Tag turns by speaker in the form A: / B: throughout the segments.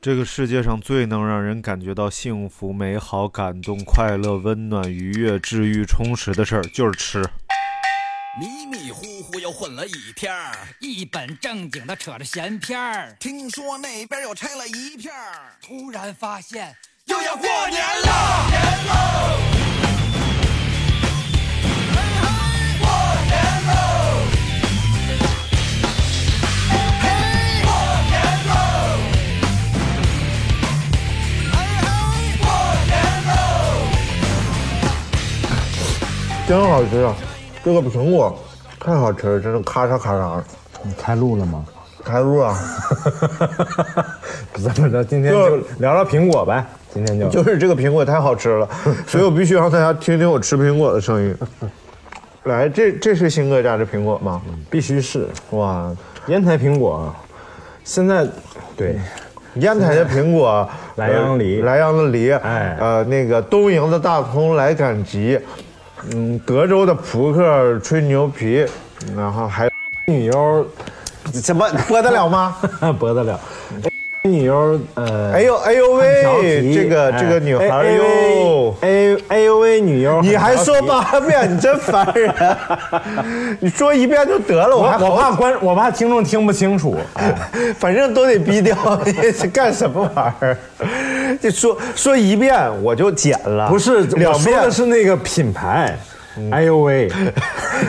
A: 这个世界上最能让人感觉到幸福、美好、感动、快乐、温暖、愉悦、治愈、充实的事儿，就是吃。
B: 迷迷糊糊又混了一天儿，
C: 一本正经的扯着闲篇儿，
B: 听说那边又拆了一片儿，
C: 突然发现
B: 又要过年了。
D: 真好吃啊！这个苹果太好吃了，真是咔嚓咔嚓的。
E: 你开录了吗？
D: 开路啊！
E: 咱们咱今天就聊聊苹果呗，今天就
D: 就是这个苹果太好吃了，所以我必须让大家听听我吃苹果的 声音。来，这这是新哥家的苹果吗？
A: 嗯
E: 必须是
D: 哇，
E: 烟台苹果啊，现在对
D: 烟台的苹果，
E: 莱阳梨
D: 呃莱阳的梨，
E: 哎
D: 呃，那个东营的大葱、莱赶集，嗯，德州的扑克、吹牛皮，然后还
E: 女优
D: 什 么播得了吗？
E: 播啊得了，哎女优呃，
D: 哎呦哎呦
E: 调
D: 喂，
E: 皮，
D: 这个
E: 哎
D: 这个女孩儿
E: 哎
D: 哟。
E: 哎哎哎呦喂，女优，
D: 你还说八遍，你真烦 人！你说一遍就得了，我
E: 我
D: 还好，
E: 我怕观我怕听众听不清楚，哎
D: 反正都得逼掉，你是干什么玩意儿？ 你说说一遍我就剪了，
E: 不是
D: 两
E: 我说
D: 遍嗯
E: 的是那个品牌，哎呦喂，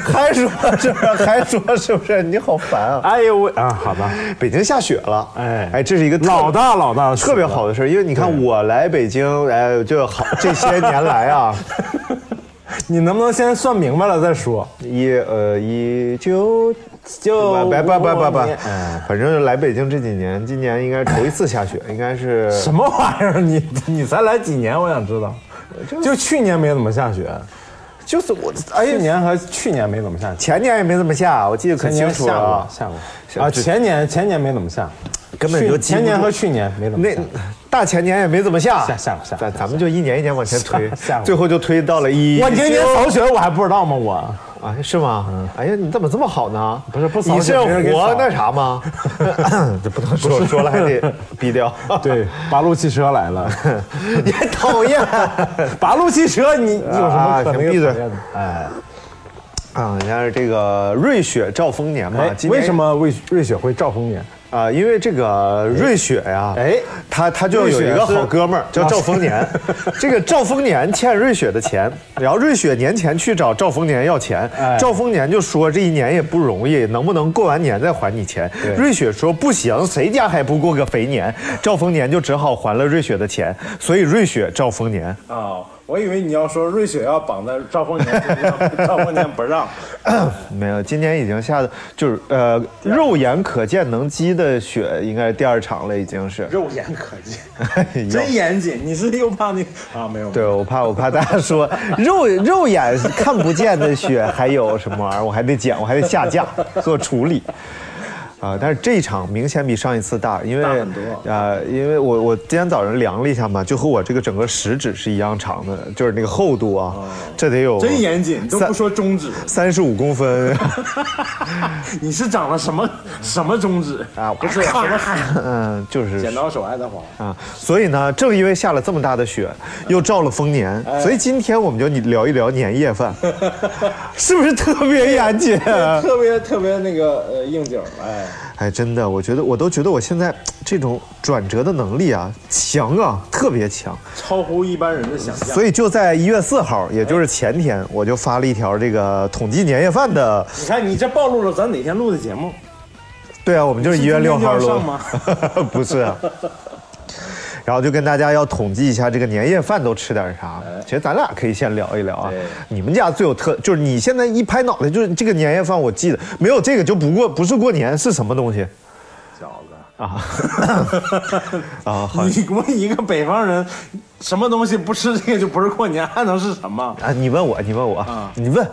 D: 还说是不是？还说是不是？你好烦啊！
E: 哎呦喂啊，好吧，
D: 北京下雪了，
E: 哎
D: 哎，这是一个特
E: 老大老大的事了，
D: 特别好的事儿，因为你看我来北京，哎，就好这些年来 啊，
E: 你能不能先算明白了再说？
D: 一呃一九
E: 就
D: 拜拜拜拜拜
E: 哦哎，
D: 反正来北京这几年，今年应该头一次下雪，应该是
E: 什么玩意儿？你你才来几年？我想知道。就去年没怎么下雪，
D: 就是我哎
E: 哎，去年和去年没怎么下雪，
D: 前年也没怎么下，我记得可
E: 前
D: 清
E: 年
D: 楚
E: 下过
D: 了，
E: 下
D: 下
E: 过啊，
D: 这
E: 前年前年没怎么下，
D: 根本就
E: 去
D: 记不
E: 前年
D: 住
E: 和去年没怎么
D: 那
E: 下。
D: 大前年也没怎么下，
E: 下下过下过
D: 咱咱们就一年一年往前推
E: 下下，过
D: 最后就推到了一
E: 我年年扫雪，我还不知道吗？我
D: 啊是吗？哎呀，你怎么这么好呢？
E: 不是不扫
D: 你是
E: 雪别人给
D: 活
E: 扫
D: 那啥 吗？这不能说说了还得逼掉，
E: 对八路汽车来了，
D: 你 还讨厌。
E: 八路汽车你你有什么可
D: 啊
E: 能
D: 行闭嘴
E: 有讨厌的？哎
D: 啊，人家是这个瑞雪兆丰年嘛
E: 哎，，
D: 今年
E: 为什么瑞瑞雪会兆丰年？
D: 啊？因为这个瑞雪呀，
E: 哎
D: 他他就有一个好哥们儿叫赵丰年，这个赵丰年欠瑞雪的钱，然后瑞雪年前去找赵丰年要钱
E: 哎，
D: 赵丰年就说这一年也不容易，能不能过完年再还你钱？
E: 对
D: 瑞雪说不行，谁家还不过个肥年？赵丰年就只好还了瑞雪的钱，所以瑞雪赵丰年。
E: 哦，我以为你要说瑞雪要绑在兆丰年，兆丰年不让。
D: 没有，今年已经下的就是呃，肉眼可见能积的雪，应该是第二场了，已经 是。
E: 肉眼可见，
D: 哎呦
E: 真严谨。你是又怕那啊？没有，
D: 对，我怕我怕大家说 肉肉眼看不见的雪还有什么玩意儿，我还得剪，我还得下架做处理。啊、但是这一场明显比上一次大，因为
E: 大很多
D: 呃，因为我我今天早上量了一下嘛，就和我这个整个食指是一样长的，就是那个厚度啊，这得有
E: 哦真严谨，都不说中指，
D: 三十五公分
E: 你是长了什么什么中指？
D: 啊，
E: 不是什么
D: 嗯，就是
E: 剪刀手爱德华。
D: 啊，所以呢，正因为下了这么大的雪，又兆了丰年，
E: 哎
D: 所以今天我们就你聊一聊年夜饭， 是不是特别严谨？啊
E: 特别特别那个呃应景，哎，
D: 哎，真的，我觉得我都觉得我现在这种转折的能力啊，强啊，特别强。
E: 超乎一般人的想象。
D: 所以就在一月四号，也就是前天，我就发了一条这个统计年夜饭的。
E: 你看，你这暴露了咱哪天录的节目？
D: 对啊，我们就是一月六号
E: 是
D: 录
E: 今天就要上吗。
D: 不是、啊。然后就跟大家要统计一下这个年夜饭都吃点啥。其实咱俩可以先聊一聊啊
E: 哎对，
D: 你们家最有特，就是你现在一拍脑袋就是这个年夜饭，我记得没有这个就不过不是过年是什么东西
E: 饺子。
D: 啊？啊，好
E: 你我一个北方人，什么东西不吃这个就不是过年，还能是什么？
D: 啊，你问我，你问我，
E: 啊
D: 你问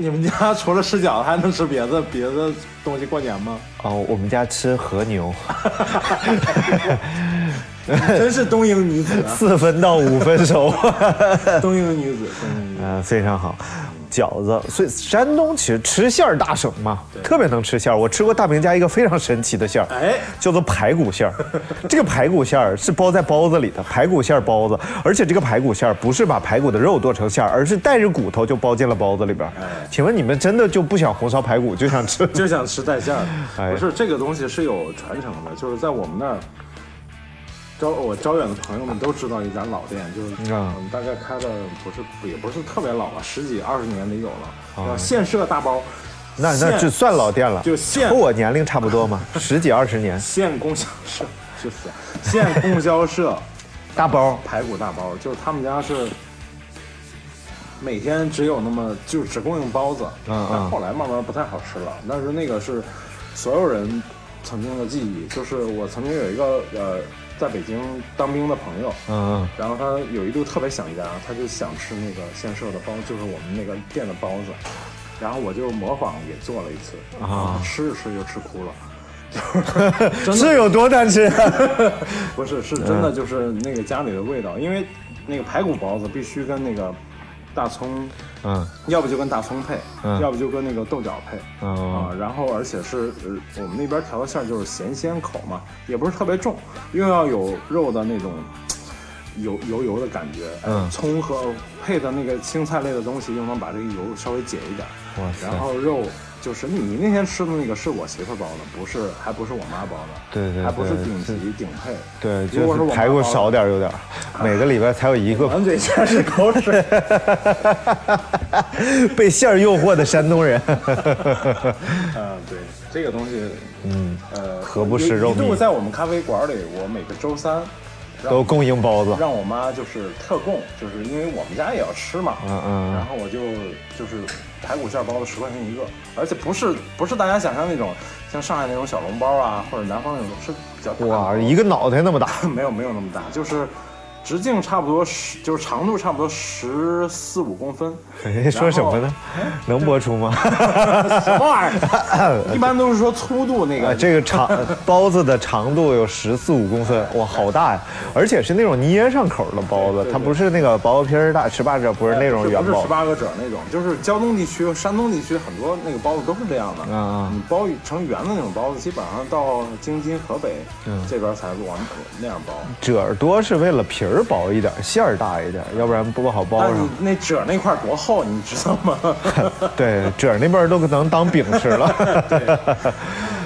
E: 你们家除了吃饺子还能吃别的别的东西过年吗？
D: 哦，我们家吃和牛，
E: 真是东瀛 女子啊，
D: 四分到五分熟， 嗯
E: 东瀛女子，东瀛女子。
D: 呃，非常好。饺子，所以山东其实吃馅儿大省嘛，特别能吃馅儿。我吃过大明家一个非常神奇的馅儿，
E: 哎
D: 叫做排骨馅儿。 这个排骨馅儿是包在包子里的，排骨馅儿包子，而且这个排骨馅儿不是把排骨的肉剁成馅儿，而是带着骨头就包进了包子里边
E: 哎
D: 儿。请问你们真的就不想红烧排骨，就想吃
E: 就想吃带馅儿
D: 哎
E: 的。不是这个东西是有传承的，就是在我们那儿。招我招远的朋友们都知道一家老店，就是
D: 啊
E: 我们大概开了不是也不是特别老了，十几二十年得有了。叫现设大包，
D: 那那
E: 现
D: 就算老店了，
E: 就现
D: 和我年龄差不多嘛，十几二十年，
E: 县供销社，就是县供销社
D: 大 包
E: 排骨大包，就是他们家是每天只有那么就只供应包子，
D: 嗯
E: 但后来慢慢不太好吃了。但是那个是所有人曾经的记忆，就是我曾经有一个呃在北京当兵的朋友，
D: 嗯嗯，
E: 然后他有一度特别想家，他就想吃那个现设的包，就是我们那个店的包子。然后我就模仿也做了一次，啊，吃着吃着就吃哭了。
D: 是有多难吃？啊
E: 不是，是真的，就是那个家里的味道，因为那个排骨包子必须跟那个大葱，
D: 嗯，
E: 要不就跟大葱配，
D: 嗯
E: 要不就跟那个豆角配，
D: 哦
E: 啊，然后而且是呃我们那边调的馅儿就是咸鲜口嘛，也不是特别重，又要有肉的那种。油油油的感觉，哎
D: 嗯
E: 葱和配的那个青菜类的东西，又能把这个油稍微解一点，
D: 哇塞
E: 然后肉就是你那天吃的那个是我媳妇儿包的，不是还不是我妈包的，
D: 对对
E: 还不是
D: 对
E: 顶
D: 是
E: 级顶配，
D: 对，
E: 如
D: 就
E: 果是
D: 是
E: 我
D: 排
E: 妈
D: 骨
E: 包的
D: 少点儿有点儿，每个礼拜才有一个。
E: 满嘴全是口水。
D: 被馅儿诱惑的山东人，
E: 啊，对，这个东西，嗯，呃，
D: 何不食肉糜
E: 一度在我们咖啡馆里，我每个周三让
D: 都供应包子。
E: 让我妈就是特供，就是因为我们家也要吃嘛，
D: 嗯嗯
E: 然后我就就是排骨馅儿包子十块钱一个，而且不是不是大家想象那种像上海那种小笼包啊，或者南方那种是比较大的包
D: 哇，
E: 子
D: 一个脑袋那么大，
E: 没有没有那么大，就是直径差不多十，就是长度差不多十四五公分。
D: 哎说什么呢？ 能播出吗？
E: 什 么玩意儿？一般都是说粗度那个，
D: 啊，这个长包子的长度有十四五公分，哇，好大呀！而且是那种捏上口的包子，它不是那个薄皮儿大十八褶，不是那种
E: 是
D: 圆
E: 不是
D: 包
E: 十。八个褶那种，就是胶东地区、山东地区很多那个包子都是这样的。
D: 嗯嗯
E: 你包成圆的那种包子，基本上到京津、河北、
D: 嗯
E: 这边才往那样包。
D: 褶儿多是为了皮儿薄一点，馅儿大一点，要不然不好包
E: 但是
D: 上。
E: 那褶那块多厚，你知道吗？
D: 对，褶儿那边儿都能当饼吃 了。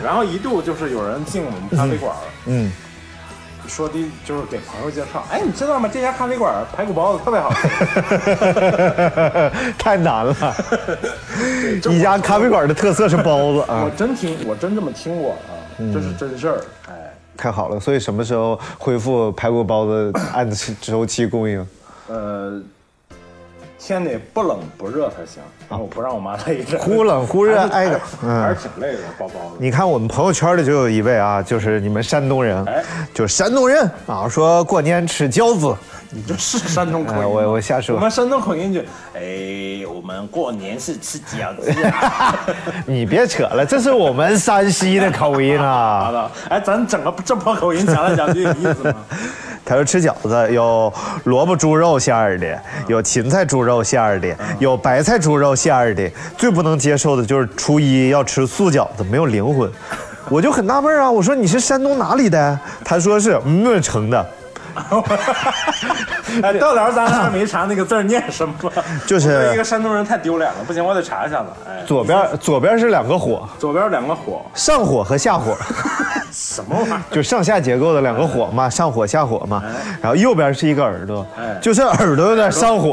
E: 然后一度就是有人进我们咖啡馆，
D: 嗯，
E: 说的就是给朋友介绍，哎，你知道吗？这家咖啡馆排骨包子特别好吃。
D: 太难了。
E: 这
D: 一家
E: 我
D: 咖啡馆的特色是包子 啊嗯
E: 我，真听，我真这么听过啊，这是真事儿。哎，
D: 太好了。所以什么时候恢复排骨包子按周期供应？
E: 呃，天得不冷不热才行，然后我不让我妈累着，
D: 忽冷忽热
E: 还是
D: 挨着嗯
E: 还是挺累的，包包的。
D: 你看我们朋友圈里就有一位啊，就是你们山东人
E: 哎，
D: 就是山东人啊，说过年吃饺子。
E: 你这是山东口音
D: 哎
E: 吗？
D: 我我瞎说
E: 我们山东口音就，哎，我们过年是吃饺子啊。
D: 你别扯了，这是我们山西的口音
E: 好
D: 啊。
E: 的，哎，咱整个这波口音讲来讲去有意思吗？
D: 他说吃饺子有萝卜猪肉馅儿的，有芹菜猪肉馅儿的，有白菜猪肉馅儿的。最不能接受的就是初一要吃素饺子，没有灵魂。我就很纳闷啊，我说你是山东哪里的？他说是嗯城的。
E: 哎，到头咱还没查那个字儿念什么，
D: 就是
E: 我作为一个山东人太丢脸了，不行，我得查一下子。哎，
D: 左边左边是两个火，
E: 左边两个火，
D: 上火和下 火。
E: 什么玩意儿？
D: 就上下结构的两个火嘛，上火下火嘛，然后右边是一个耳朵
E: 哎，
D: 就是耳朵有点上火，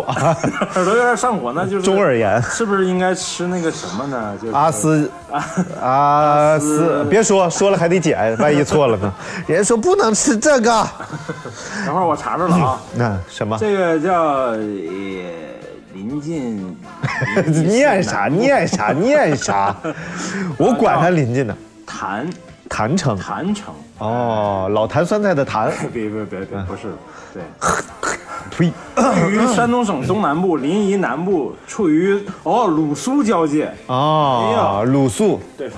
E: 耳朵有点上火，那就是
D: 中耳炎
E: 是不是应该吃那个什么呢？就是
D: 阿 斯阿斯，别说说了还得剪，万一错了 呢？人家说不能吃这个，
E: 等会儿我查查了啊，
D: 那什么
E: 这个叫呃 临近
D: 念啥念 啥念啥，我管他邻近呢，
E: 谭
D: 谭城
E: 谭城，
D: 哦，老坛酸菜的坛，
E: 别别别别，
D: 嗯
E: 不是，对，
D: 呸，
E: 位于山东省东南部、临沂南部，处于哦鲁苏交界，
D: 哦，鲁肃啊
E: 对，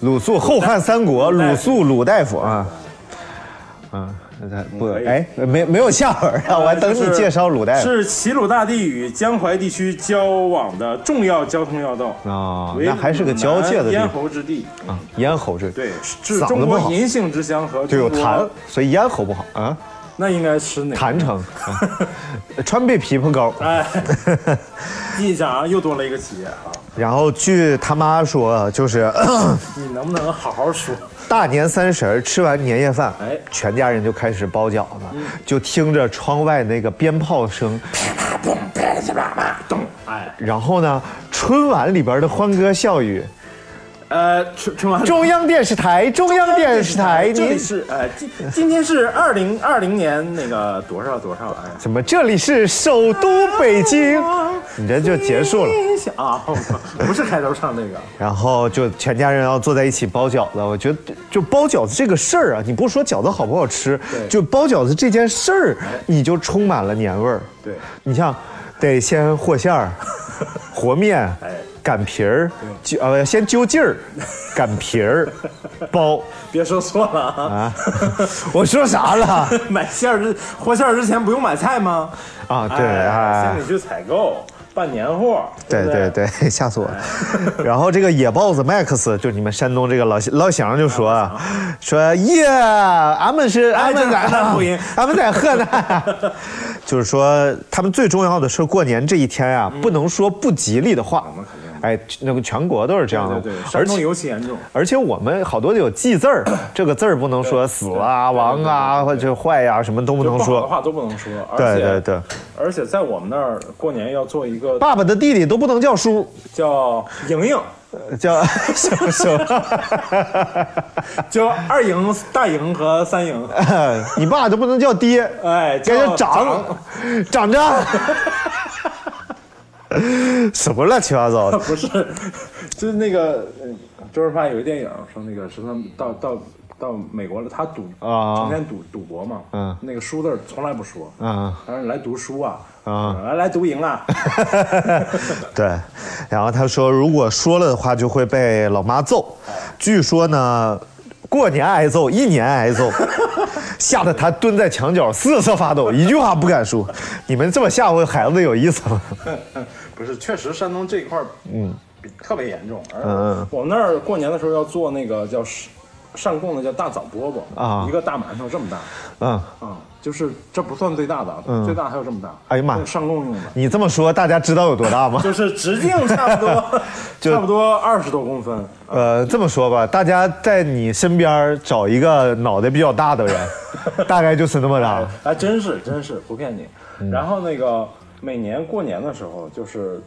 D: 鲁肃后汉三国鲁肃鲁大夫啊，嗯，不
E: 可以嗯
D: 哎，没没有下文啊，我还等你介绍鲁大夫。
E: 呃是齐鲁大地与江淮地区交往的重要交通要道
F: 啊，
E: 为
D: 哦那还是个交界的地方
E: 南咽喉之地。
D: 咽喉这
E: 对，是
D: 嗓子
E: 中
D: 不
E: 国
D: 好，
E: 银杏之乡和
D: 对有
E: 中国
D: 痰，，所以咽喉不好啊，
E: 那应该吃哪？
D: 痰成。 啊川贝枇杷膏。
E: 哎， 记一下啊，又多了一个企业啊！
D: 然后据他妈说，就是
E: 你能不能好好说？
D: 大年三十儿吃完年夜饭，
E: 哎嗯
D: 全家人就开始包饺子，就听着窗外那个鞭炮声，
E: 哎，
D: 然后呢，春晚里边的欢歌笑语，
E: 呃，春春晚
D: 中央电视台，中央电视台，
E: 这里
D: 您
E: 是呃，今今天是二零二零年那个多少多少哎。
D: 怎么这里是首都北京，你这就结束了。
E: 啊，不是开头唱那个，
D: 然后就全家人要坐在一起包饺子，我觉得就包饺子这个事儿啊，你不说饺子好不好吃，就包饺子这件事儿，你就充满了年味儿。
E: 对，
D: 你像得先和馅儿、和 面、擀皮儿，揪呃先揪劲儿，擀皮儿，包
E: 别说错了啊！
D: 啊， 我说啥了？
E: 买馅儿之和馅儿之前不用买菜吗？
D: 啊，对
E: 哎
D: 啊
E: 先。得去采购，办年货。
D: 对
E: 不哎
D: 对对， 吓死我了。然后这个野豹子 Max 就你们山东这个老老乡就说啊，说耶，俺们是俺
E: 哎这
D: 们
E: 是
D: 在
E: 河南口音
D: 俺们在河南，就是说他们最重要的是过年这一天
E: 嗯
D: 啊，不能说不吉利的话。哎，那个全国都是这样的
E: 对，对对，
D: 而
E: 山东
D: 且
E: 尤其严重。
D: 而且我们好多有忌 字儿，这个字儿不能说死啊、亡啊或者坏呀、什么都不
E: 就
D: 能
E: 不好的
D: 说。
E: 话都不能说，而
D: 对
E: 且
D: 对对，
E: 而且在我们那儿过年要做一个
D: 爸爸的弟弟都不能叫叔，
E: 叫莹莹，
D: 叫什么什么。
E: 叫二莹、大莹和三莹，
D: 你爸都不能叫爹，
E: 哎，
D: 该叫
E: 叫
D: 长，长着。 什么乱七八糟的？
E: 不是， 就是那个嗯周润发有一电影说那个是他们到到到美国了，他赌
D: 啊
E: 成天赌赌博嘛，
D: 嗯
E: 那个输字儿从来不说，
D: 嗯，
E: 他说你来读书啊，
D: 啊
E: 来来读赢了，
D: 对，然后他说，如果说了的话，就会被老妈揍。据说呢，过年挨揍，一年挨揍，吓得他蹲在墙角瑟瑟发抖，一句话不敢说。你们这么吓唬孩子有意思吗？
E: 不是，确实山东这一块儿，嗯，特别严重。
D: 嗯
E: 而我们那儿过年的时候要做那个叫是上供的叫大枣饽饽
D: 啊
E: 一个大馒头这么大，
D: 嗯，
E: 啊，就是这不算最大的，啊，最大还有这么大。
D: 哎呀妈
E: 那个上供用的，
D: 你这么说，大家知道有多大吗？
E: 就是直径差不多，
D: 就
E: 差不多二十多公分。
D: 呃，这么说吧，大家在你身边儿找一个脑袋比较大的人， 大概就是那么大了。
E: 哎，真是真是不骗
D: 嗯
E: 你。然后那个每年过年的时候，就是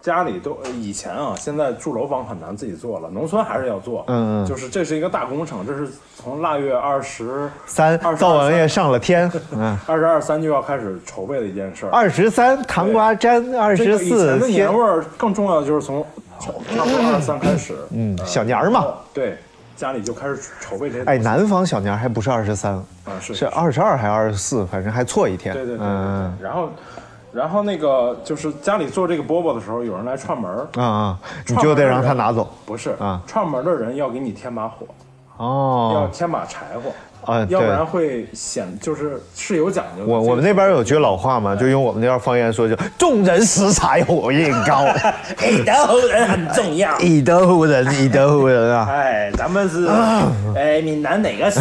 E: 家里都以前啊，现在住楼房很难自己做了，农村还是要做。
D: 嗯嗯
E: 就是这是一个大工程，这是从腊月二十
D: 三
E: 二十
D: 灶王爷
E: 二
D: 上了天，嗯，
E: 二十二三就要开始筹备的一件事儿。
D: 二十三糖瓜粘，二
E: 这
D: 十
E: 个以前
D: 四
E: 的
D: 天
E: 年味儿更重要，的就是从差不多二十三开始，嗯，
D: 小年儿嘛。
E: 对，家里就开始筹备这些。
D: 哎，南方小年儿还不是二十三，
E: 啊是
D: 是二十二还是二十四，反正还错一天。
E: 对对对对对
D: 嗯。
E: 然后，然后那个就是家里做这个饽饽的时候，有人来串门儿，
D: 啊啊，你就得让他拿走。
E: 不是
D: 啊
E: 串门的人要给你添把火，要
D: 哦，
E: 添把柴火，
D: 啊
E: 要
D: 对
E: 不然会显就是是有讲究的。
D: 我我们那边有句老话
E: 嗯
D: 嘛，就用我们那边方言说，就众人拾柴火焰 高，
E: 这个然后人很 重要
D: 以德服人，以德服人啊。
E: 哎，咱们是哎闽南哪个市？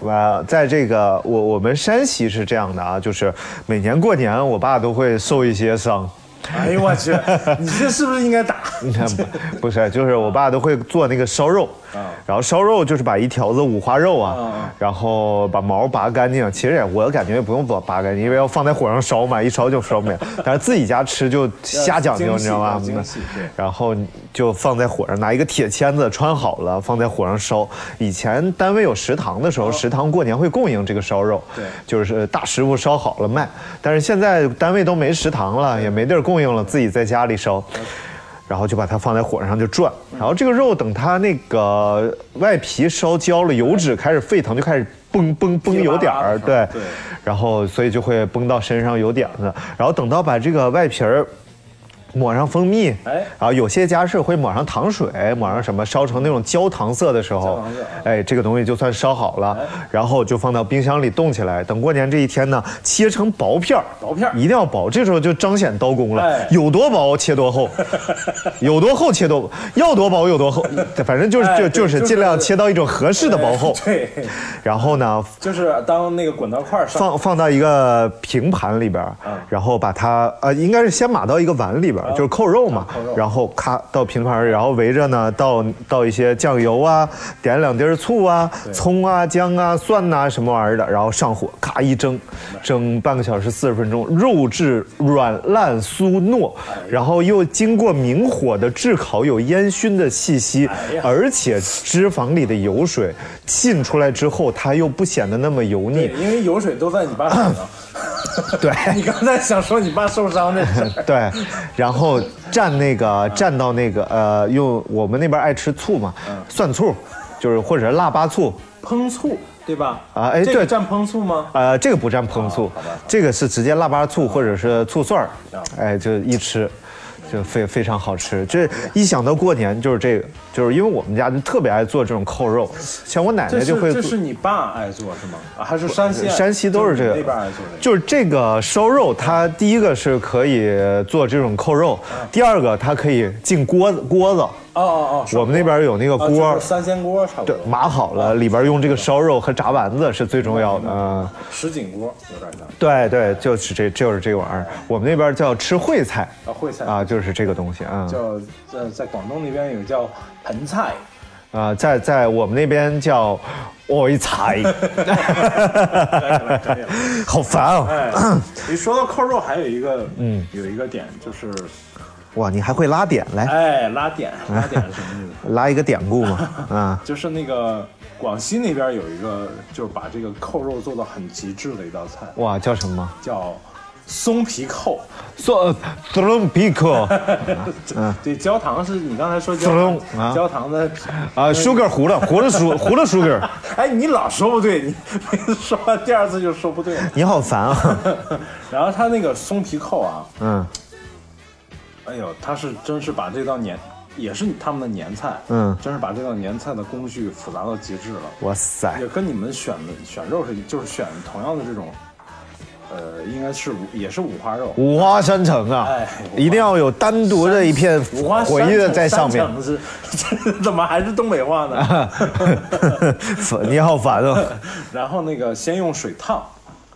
D: 我啊在这个我我们山西是这样的啊，就是每年过年，我爸都会受一些伤。
E: 哎呦我去，你这是不是应该打？
D: 你 看不不是，就是我爸都会做那个烧肉，
E: 啊
D: 然后烧肉就是把一条子五花肉啊，然后把毛拔干净。其实也我感觉也不用拔拔干净，因为要放在火上烧嘛，一烧就烧没了。但是自己家吃就瞎讲究，
E: 要
D: 你知道吗
E: 精细要精细对？
D: 然后就放在火上，拿一个铁签子穿好了，放在火上烧。以前单位有食堂的时候，食堂过年会供应这个烧肉，
E: 哦对
D: 就是大师傅烧好了卖。但是现在单位都没食堂了，也没地儿供应了，自己在家里烧。然后就把它放在火上就转，然后这个肉等它那个外皮烧焦了，油脂开始沸腾，就开始崩崩崩油点儿，
E: 噼里啪啦
D: 对
E: 的声儿对，
D: 然后所以就会崩到身上有点子，然后等到把这个外皮儿抹上蜂蜜，
E: 哎
D: 然后有些家是会抹上糖水，抹上什么烧成那种焦糖色的时
E: 焦
D: 候
E: 糖色哎啊，
D: 哎，这个东西就算烧好了，然后就放到冰箱里冻起来，等过年这一天呢，切成薄片儿
E: 薄片儿
D: 一定要薄，这时候就彰显刀工了，
E: 哎
D: 有多薄切多 厚，有多厚切多薄，要多薄有多厚，反正就是
E: 哎
D: 就
E: 对
D: 就是
E: 就是哎
D: 尽量切到一种合适的薄厚，
E: 对，
D: 然后呢
E: 就是当那个滚刀块上，嗯
D: 放放到一个平盘里边儿，然后把它呃，应该是先码到一个碗里边儿，就是扣肉嘛，
E: 嗯扣肉
D: 然后咔到平盘儿，然后围着呢倒倒一些酱油啊，点两滴儿醋啊，葱啊、姜啊、蒜呐、什么玩意儿的，然后上火，咔一蒸，
E: 嗯
D: 蒸半个小时四十分钟，肉质软烂酥糯，
E: 哎
D: 然后又经过明火的炙烤，有烟熏的气息，
E: 哎
D: 而且脂肪里的油水浸出来之后，它又不显得那么油腻
E: 对，，因为油水都在你爸手上。
D: 对。
E: 你刚才想说你爸受伤这事儿，
D: 对，然后蘸那个蘸到那个呃，用我们那边爱吃醋嘛，
E: 嗯
D: 蒜醋，就是或者腊八醋，
E: 烹醋对吧？
D: 啊哎
E: 这
D: 对
E: 个蘸烹醋吗？
D: 呃，这个不蘸烹醋，这个是直接腊八醋或者是醋蒜儿，
E: 嗯
D: 哎，就一吃。就非非常好吃，这一想到过年就是这个，就是因为我们家就特别爱做这种扣肉，像我奶
E: 这
D: 奶
E: 是
D: 哎就会
E: 这
D: 做。
E: 是你爸爱做是吗？啊还是山西爱？
D: 山西都是这
E: 就是你那边爱
D: 个
E: 做这，个。
D: 就是这个烧肉，它第一个是可以做这种扣肉，
E: 嗯
D: 第二个它可以进锅子锅子，
E: 哦哦哦，
D: 我们那边有那个
E: 啊
D: 锅
E: 就，是三啊鲜锅差不
D: 对
E: 多，，
D: 码好了，里边用这个烧肉和炸丸子是最重要的。嗯
E: 什锦锅有点像
D: 对对，就是这就是这玩意儿，我们那边叫吃烩菜
E: 啊，烩菜
D: 啊，就是这个东西啊。
E: 叫在在广东那边有叫盆菜，
D: 啊，在在我们那边叫我一 菜，好烦哦！
E: 哎，你说到扣肉，还有一个，嗯，有一个点就是，
D: 哇，你还会拉点来
E: 哎，拉 点，拉点是什么意思？
D: 拉一个典故嘛？啊，
E: 就是那个广西那边有一个，就是把这个扣肉做到很极致的一道菜，
D: 哇，叫什么？
E: 叫松皮扣。
D: 做 t r u m p i c o
E: 对，焦糖是你刚才说焦糖
D: 松嗯啊
E: 焦糖的，
D: 啊，sugar 糊了，糊了 sugar，糊了 sugar，
E: 哎，你老说不对，你 每次说完第二次就说不对。
D: 你好烦啊！
E: 然后他那个松皮扣啊，
D: 嗯
E: 哎呦，他是真是把这道年，也是他们的年菜，
D: 嗯
E: 真是把这道年菜的工序复杂到极致了。
D: 哇塞，
E: 也跟你们选的选肉是就是选同样的这种，呃，应该是五也是五花肉，
D: 五花山城啊，
E: 哎
D: 一定要有单独的一片
E: 五花
D: 回忆的在上面。
E: 山城是 这怎么还是东北话 呢？
D: 你好烦啊！
E: 然后那个先用水烫，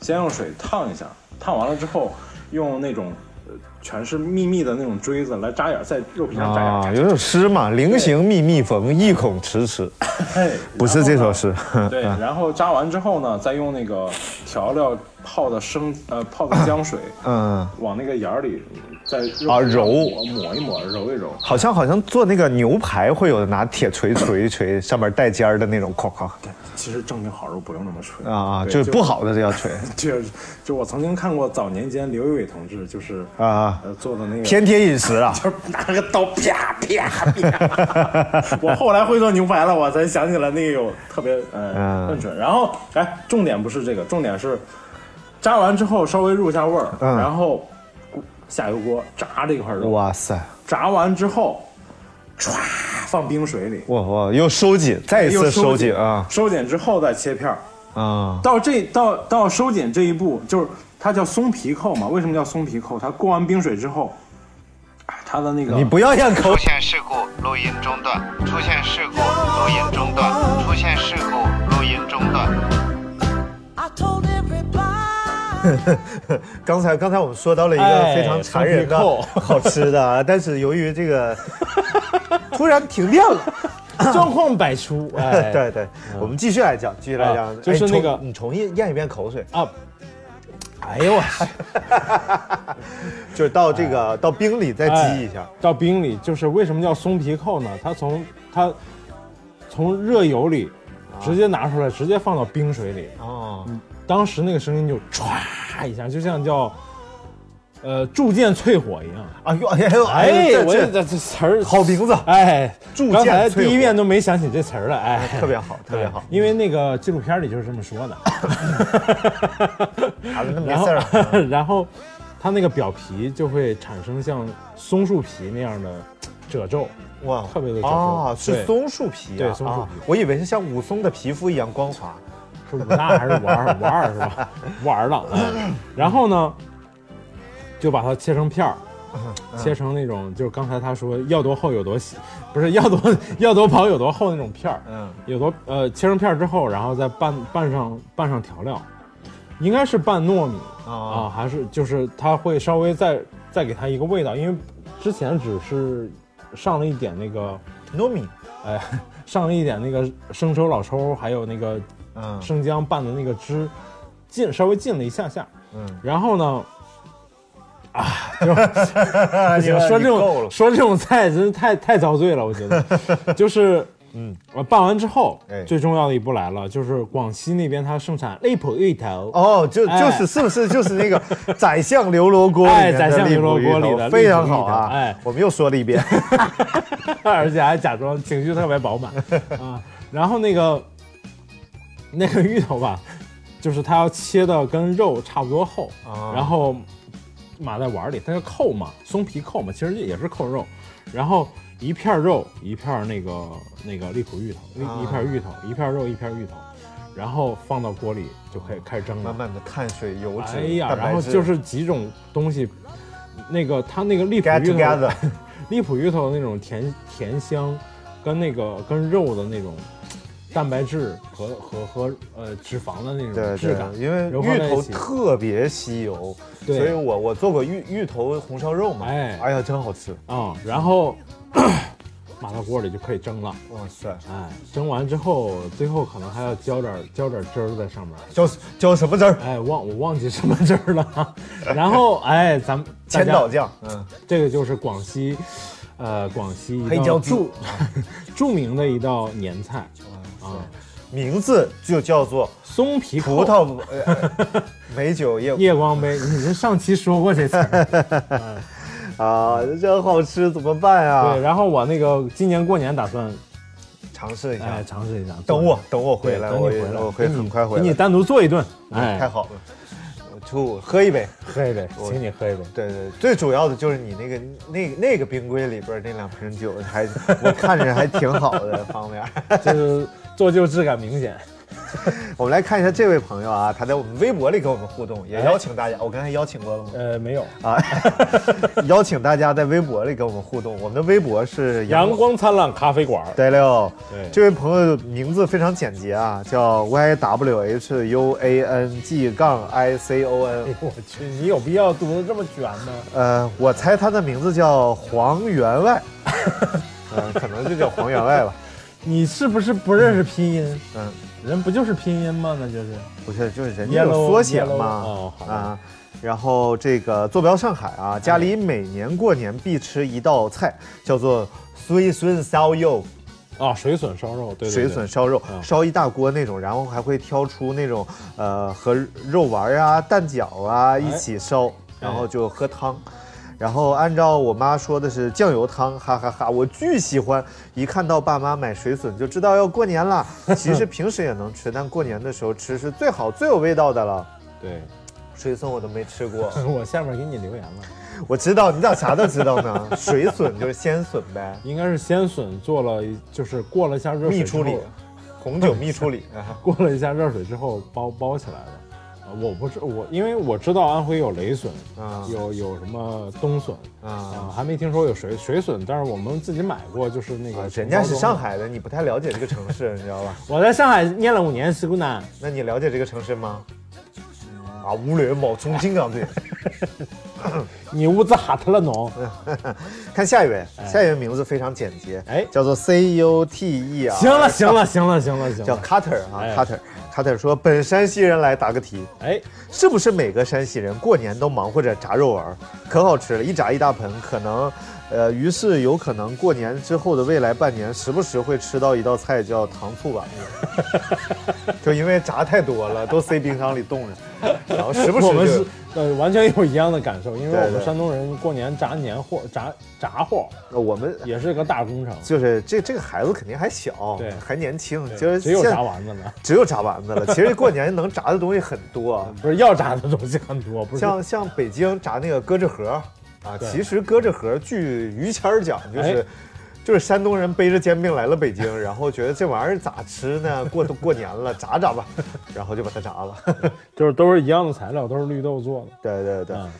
E: 先用水烫一下，烫完了之后用那种。呃全是密密的那种锥子来扎眼，在肉皮上扎眼，
D: 啊，有首诗嘛，“菱形密密缝，意恐迟迟
E: 哎”，
D: 不是这首诗。
E: 对，然后扎完之后呢，再用那个调料泡的生呃泡的姜水，
D: 嗯，
E: 往那个眼儿里再
D: 啊揉
E: 抹抹一抹，揉一揉。
D: 好像好像做那个牛排会有拿铁锤锤一锤，上面带尖儿的那种，哐哐
E: 其实正经好肉不用那么吹
D: 啊啊，
E: 对
D: 就是不好的就要锤，
E: 就就我曾经看过早年间刘仪伟同志就是
D: 啊
E: 呃做的那个
D: 天天饮食啊。
E: 就是拿个刀啪啪啪。 我后来会做牛排了，我才想起来那个有特别
D: 嗯
E: 呃很准。然后哎，重点不是这个，重点是炸完之后稍微入一下味儿，
D: 嗯
E: 然后下油锅炸这块肉，
D: 哇塞，
E: 炸完之后歘放冰水里。
D: 哇哇，又收紧，再一
E: 又
D: 次收
E: 紧
D: 紧啊
E: 收紧之后再切片儿，
D: 啊！
E: 到这到到收紧这一步，就是它叫松皮扣嘛。为什么叫松皮扣？它过完冰水之后，哎，它的那个
D: 你不要咽口
G: 出现事故，录音中断；出现事故，录音中断；出现事故，录音中断。
H: I told everybody
D: 刚才刚才我们说到了一个
E: 哎
D: 非常残忍的、
E: 松 皮
D: 好吃 的啊，但是由于这个突然停电了，
I: 状况百 出，哎，
D: 对对，我们继续来讲，继续来
I: 啊
D: 讲，
I: 就是
D: 哎
I: 那
D: 你重
I: 个
D: 你重新咽一遍口水，
I: 啊，哎呦我哎去，
D: 就是到这个到冰里再激一下
I: 哎，到冰里，就是为什么叫松皮扣呢？它从它从热油里
D: 啊
I: 直接拿出来，直接放到冰水里，
D: 哦，
I: 当时那个声音就唰一下，就像叫呃铸剑淬火一样。
D: 哎呦哎呦
I: 哎，
D: 这
I: 我
D: 这
I: 这这词儿
D: 好名字
I: 哎，
D: 铸剑
I: 刚才
D: 淬火
I: 第一遍都没想起这词儿来，哎，
D: 特别好，特别好，
I: 因为那个纪录片里就是这么说的。
D: 啊好了，那没
I: 然后
D: 事儿，，
I: 然后
E: 它那个表皮就会产生像松树皮那样的褶皱，
D: 哇，
E: 特别的
D: 啊，
E: 褶皱
D: 是
E: 对
D: 松树皮啊，
E: 对松树皮
D: 啊我以为是像武松的皮肤一样光滑。
E: 是五大还是五二？五二是吧？五二档。嗯然后呢，就把它切成片儿，切成那种就是刚才他说要多厚有多细，不是要多要多薄有多厚那种片儿，
D: 嗯，
E: 有多呃切成片儿之后，然后再拌拌上拌上调料，应该是拌糯米啊，
D: 啊
E: 还是就是它会稍微再再给它一个味道，因为之前只是上了一点那个
D: 糯米，
E: 哎， 上了一点那个生抽、老抽，还有那个
D: 嗯
E: 生姜拌的那个汁，浸稍微浸了一下下，
D: 嗯，
E: 然后呢， 啊，就
D: 你
E: 说这
D: 够了
E: 种说这种菜真是太太遭罪了，我 觉得，就是嗯，我拌完之后
D: 哎，
E: 最重要的一步来了，就是广西那边它盛产荔浦芋头，
D: 哦，就
E: 哎
D: 就是是不是就是 那个宰相刘罗锅里面
E: 哎
D: 的
E: 宰相
D: 荔
E: 刘罗
D: 浦芋
E: 锅里
D: 头
E: 的
D: 非
E: 荔
D: 常
E: 浦芋
D: 好啊！
E: 头哎
D: 我们又说了一 遍，
E: 而且还假装情绪特别 饱满啊。然后那个那个芋头吧，就是它要切的跟肉差不多厚，
D: 啊
E: 然后码在碗里，它是扣嘛，松皮扣嘛，其实也是扣肉，然后一片肉一片那个那个荔浦芋头，一、
D: 啊
E: 一片芋头，一片肉一片芋头，然后放到锅里就可以开始蒸了
D: 满。满的碳水、油脂、
E: 哎呀，
D: 蛋白
E: 然后
D: 质
E: 就是几种东西，那个它那个荔浦
D: get
E: 芋头
D: together，
E: 荔浦芋头的那种甜甜香，跟那个跟肉的那种蛋白质和和和呃脂肪的那
D: 对
E: 种质感
D: 对，，因为
E: 融合
D: 芋
E: 在一
D: 头
E: 起
D: 特别吸油，所
E: 对
D: 以我我做过芋芋头红烧肉嘛，
E: 哎
D: 哎呀，真好吃，
E: 啊、然后 码到锅里就可以蒸了。
D: 哇塞，
E: 哎，蒸完之后，最后可能还要浇点浇点汁儿在上面。
D: 浇浇什么汁儿？
E: 哎，忘我忘记什么汁儿了。然后哎，咱们大
D: 千
E: 家
D: 岛酱，嗯，
E: 这个就是广西，呃，广西一道
D: 黑椒鸡
E: 著 著名的一道年菜啊，
D: 名字就叫做
E: 松皮扣
D: 葡萄 呃美酒夜
E: 夜光杯。你这上期说过这 词儿，
D: 啊，这好吃怎么办
E: 对。
D: 啊？
E: 然后我那个今年过年打算
D: 尝试一下
E: 哎，尝试一下，
D: 等我等我
E: 对
D: 回来，
E: 等你
D: 我
E: 回来，
D: 我会
E: 给你
D: 很快回
E: 给你
D: 来，嗯
E: 单独做一顿，
D: 太
E: 哎，
D: 好了，我吐喝一杯。
E: 喝一杯，请你喝一杯。
D: 对对，最主要的就是你那个那那个冰柜里边那两瓶酒还，我看着还挺好的方面。
E: 就是做旧质感明显。
D: 我们来看一下这位朋友啊，他在我们微博里跟我们互动，
E: 哎
D: 也邀请大家，我刚才邀请过了吗？
E: 呃，没有，
D: 啊， 邀请大家在微博里跟我们互动。我们的微博是
E: 阳光灿烂咖啡馆儿，
D: 对了
E: 对，
D: 这位朋友名字非常简洁啊，叫 Y W H U A N G 杠 I C O
E: 哎
D: N。
E: 我去，你有必要读的这么全吗？
D: 呃，我猜他的名字叫黄员 外，嗯、可能就叫黄员外吧。
E: 你是不是不认识拼音？
D: 嗯，
E: 人不就是拼音吗？那就是。
D: 不是，就是人家有缩写
E: Yellow-
D: 嘛
E: yellow- 哦好吧
D: 啊。然后这个坐标上海啊，家里每年过年必吃一道菜，叫做绥笋烧肉。
E: 啊，水笋烧肉，对对对，
D: 水笋烧肉，
E: 嗯
D: 烧一大锅那种，然后还会挑出那种呃和肉丸啊、蛋饺啊一起烧，然后就喝汤。然后按照我妈说的是酱油汤，哈哈哈我巨喜欢。一看到爸妈买水笋，就知道要过年 了。其实平时也能吃，但过年的时候吃是最好、最有味道的了。
E: 对。
D: 水笋我都没吃过，
E: 我下面给你留言了，
D: 我知道你咋啥都知道呢？水笋就是鲜笋呗，
E: 应该是鲜笋做了一，就是过了一下热水
D: 蜜
E: 之
D: 处
E: 后
D: 理，红酒蜜 处理。啊
E: 过了一下热水之后包包起来的。啊我不知我，因为我知道安徽有雷笋，
D: 啊
E: 有有什么冬笋，
D: 啊
E: 啊，还没听说有水水笋，但是我们自己买过，就是那个、
D: 啊，人家是上，海的，你不太了解这个城市，你知道吧？
E: 我在上海念了五年书呢。
D: 那你了解这个城市吗？啊，乌雷冒充金刚 队。
E: 你屋子 哈特 了侬？
D: 看下一位，下一位名字非常简洁，
E: 哎
D: 叫做 C U T E 啊。
E: 行了行了行了行了行
D: 叫
E: 了，
D: Cutter 啊
E: 哎
D: ，Cutter。Cutter 说，本山西人来答个题，
E: 哎，
D: 是不是每个山西人过年都忙活着炸肉丸儿，可好吃了，一炸一大盆，可能呃，于是有可能过年之后的未来半年，时不时会吃到一道菜叫糖醋丸 子，就因为炸太多了，都塞冰箱里冻着，然后时不时
E: 我们
D: 就是
E: 呃完全有一样的感受，因为
D: 对
E: 我们
D: 对
E: 山东人过年炸年货、炸炸货
D: 呃我们
E: 也是个大工程，
D: 就是这这个孩子肯定还小，
E: 对
D: 还年轻，
E: 对
D: 就是
E: 只有
D: 现
E: 炸丸子呢，
D: 只有炸丸子了。其实过年能炸的东西很多，
E: 不是要炸的东西很多，不是
D: 像像北京炸那个胳肢盒啊，
E: 对
D: 其实胳肢盒据于谦儿讲就是
E: 哎。
D: 就是山东人背着煎饼来了北 京，然后觉得这玩意儿咋吃呢？过都过年了，炸炸吧，然后就把它炸 了。
E: 就是都是一样的材料，都是绿豆做的，
D: 对对对，
E: 嗯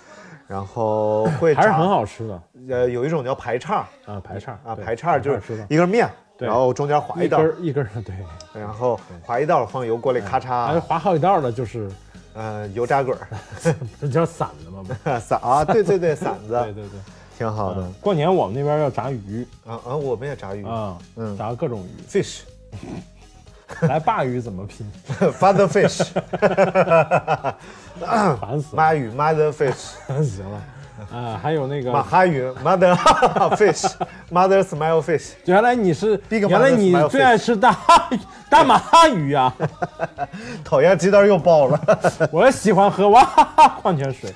D: 然后会
E: 还是
D: 炸
E: 很。好吃的
D: 呃，有一种叫排叉
E: 啊，排叉
D: 啊，
E: 对
D: 排叉就
E: 吃
D: 是
E: 的，
D: 一根面，
E: 对
D: 然后中间划
E: 一
D: 一道
E: 根，儿一根儿的，对，
D: 然后划一道放油锅里咔
E: 还是
D: 嚓，
E: 划好几道的，就是
D: 呃，油炸滚儿。
E: 这叫散的 嘛，不是
D: 散 啊，对对对，馓
E: 对
D: 子
E: 对对。
D: 挺好的。
E: 过年我们那边要炸鱼
D: 啊啊，我们也炸鱼
E: 啊，
D: 嗯
E: 炸各种鱼，
D: ，fish
E: 来鲅鱼怎么拼？
D: father fish，
E: 烦死了，
D: 妈鱼 mother fish，
E: 行了。啊，还有那
D: 马
E: 个，
D: 哈鱼 mother fish，mother smile fish，
E: 原来你是，
D: Big
E: 原来
D: Mother
E: 你
D: Smile
E: 最爱吃大哈鱼大马哈 鱼啊！
D: 讨厌，这段又爆了，
E: 我也喜欢喝娃哈哈矿泉水。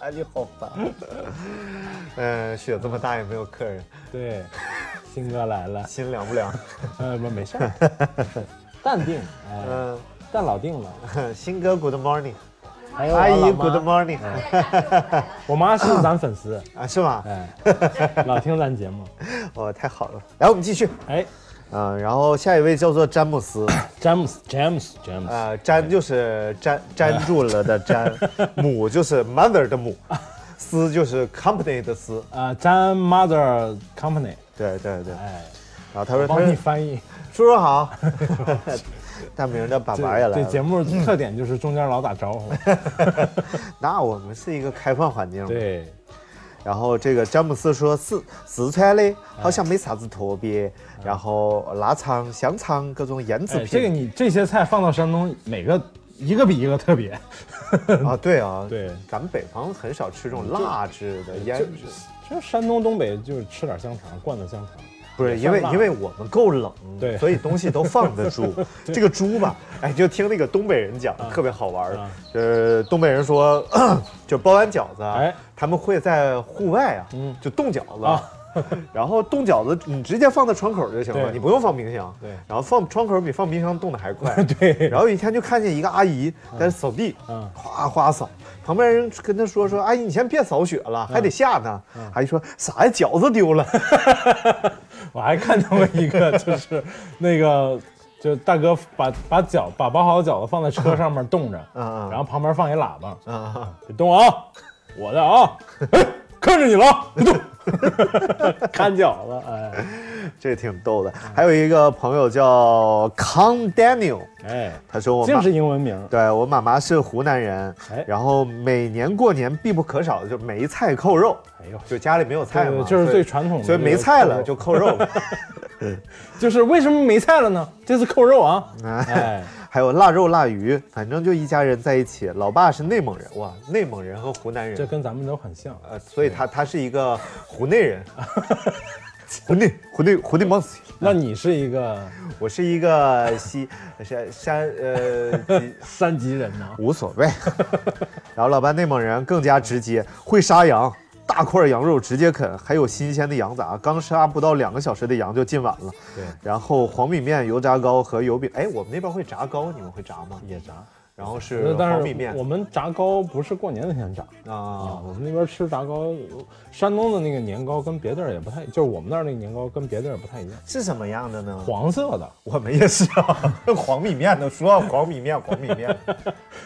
E: 哎
D: 你好烦。嗯，雪这么大也没有客人，
E: 对，新哥来了，
D: 心凉不凉？
E: 呃，不，没事儿，淡定，哎，
D: 嗯，
E: 淡老定了。
D: 新哥 good morning，
E: 还有我
D: 阿姨
E: 哎老妈
D: good morning，
E: 我妈是咱粉丝，
D: 啊是吗？
E: 哎，老听咱节目，
D: 哦，太好了，来我们继续，
E: 哎，
D: 嗯，然后下一位叫做詹姆斯。
E: 詹姆斯，詹姆斯，詹姆斯，
D: 呃，粘就是粘
E: 哎
D: 粘住了的 粘，母就是 mother 的母，丝就是 company 的丝。
E: 啊，詹 mother company，
D: 对对对，
E: 哎，
D: 然后他说：“他
E: 帮
D: 说
E: 你翻译。
D: 叔叔 好。”大明儿的爸
E: 这
D: 爸也来
E: 这节
D: 了。
E: 目特点就是中间老打招 呼。
D: 那我们是一个开放环境。。
E: 对，
D: 然后这个詹姆斯说：“四四川
E: 哎
D: 的，好像没啥子特别。然后腊肠、香肠各种腌制
E: 哎，
D: 品。
E: 这个你这些菜放到山东，每个一个比一个特别。
D: 啊，对啊，
E: 对嗯
D: 咱们北方很少吃这种辣制的腌制，
E: 就山东东北就是吃点香肠，灌的香肠。
D: 不是因为
E: 辣
D: 因为我们够冷，
E: 对
D: 所以东西都放得 住。这个猪吧，哎，就听那个东北人讲，特别好玩儿
E: 啊。
D: 就是东北人说， 就包完饺子啊，
E: 哎
D: 他们会在户外啊，
E: 嗯
D: 就冻饺子。
E: 啊
D: 然后冻饺子，你直接放在窗口就行了，
E: 对
D: 你不用放冰箱。
E: 对
D: 然后放窗口比放冰箱冻得还快。
E: 对
D: 然后有一天就看见一个阿姨在那扫地，
E: 嗯
D: 哗哗扫，旁边人跟她说说：“阿姨，你先别扫雪了，
E: 嗯
D: 还得下呢。”阿姨说：“啥呀？饺子丢了。”
E: 我还看到过一个，就是那个， 就大哥把把饺把包好的饺子放在车上面冻着，
D: 嗯嗯
E: 然后旁边放一喇叭，
D: 啊，
E: 别动啊，我的啊，哎，看着你了啊，别动， 看饺子，哎
D: 这挺逗的。还有一个朋友叫康 Daniel，
E: 哎，
D: 他说我
E: 净
D: 妈
E: 是英文名，
D: 对我妈妈是湖南人
E: 哎，
D: 然后每年过年必不可少的就是梅菜扣肉，
E: 哎呦，
D: 就家里没有菜
E: 对
D: 嘛，
E: 就是
D: 所以
E: 最传统的
D: 所以
E: 这个
D: 没菜
E: 扣
D: 了
E: 肉
D: 就扣肉。
E: 就是为什么没菜了呢？这次扣肉啊， 哎，
D: 还有腊肉、腊鱼，反正就一家人在一起。老爸是内蒙人，哇，内蒙人和湖南
E: 这
D: 人，
E: 跟咱们都很像，啊
D: 呃，所以他他是一个湖内 人，湖内湖内湖内蒙西。
E: 那你是一个
D: 我是一个西山山呃吉
E: 三级人呢？
D: 无所谓。 然后老班内蒙人更加直接，会杀羊，大块羊肉直接啃，还有新鲜的羊杂，刚杀不到两个小时的羊就进碗了。
E: 对
D: 然后黄米面、油炸糕和油饼，哎，我们那边会炸糕，你们会炸吗？
E: 也炸，
D: 然后是
E: 那但
D: 黄米面
E: 是我们炸糕不是过年那天炸。啊
D: 啊，，
E: 我们那边吃炸糕，山东的那个年糕跟别地儿也不太，就是我们那儿那个年糕跟别地儿不太一样，
D: 是什么样的呢？
E: 黄色的。
D: 我们也是啊，黄米面的， 说到黄米面，黄米 面，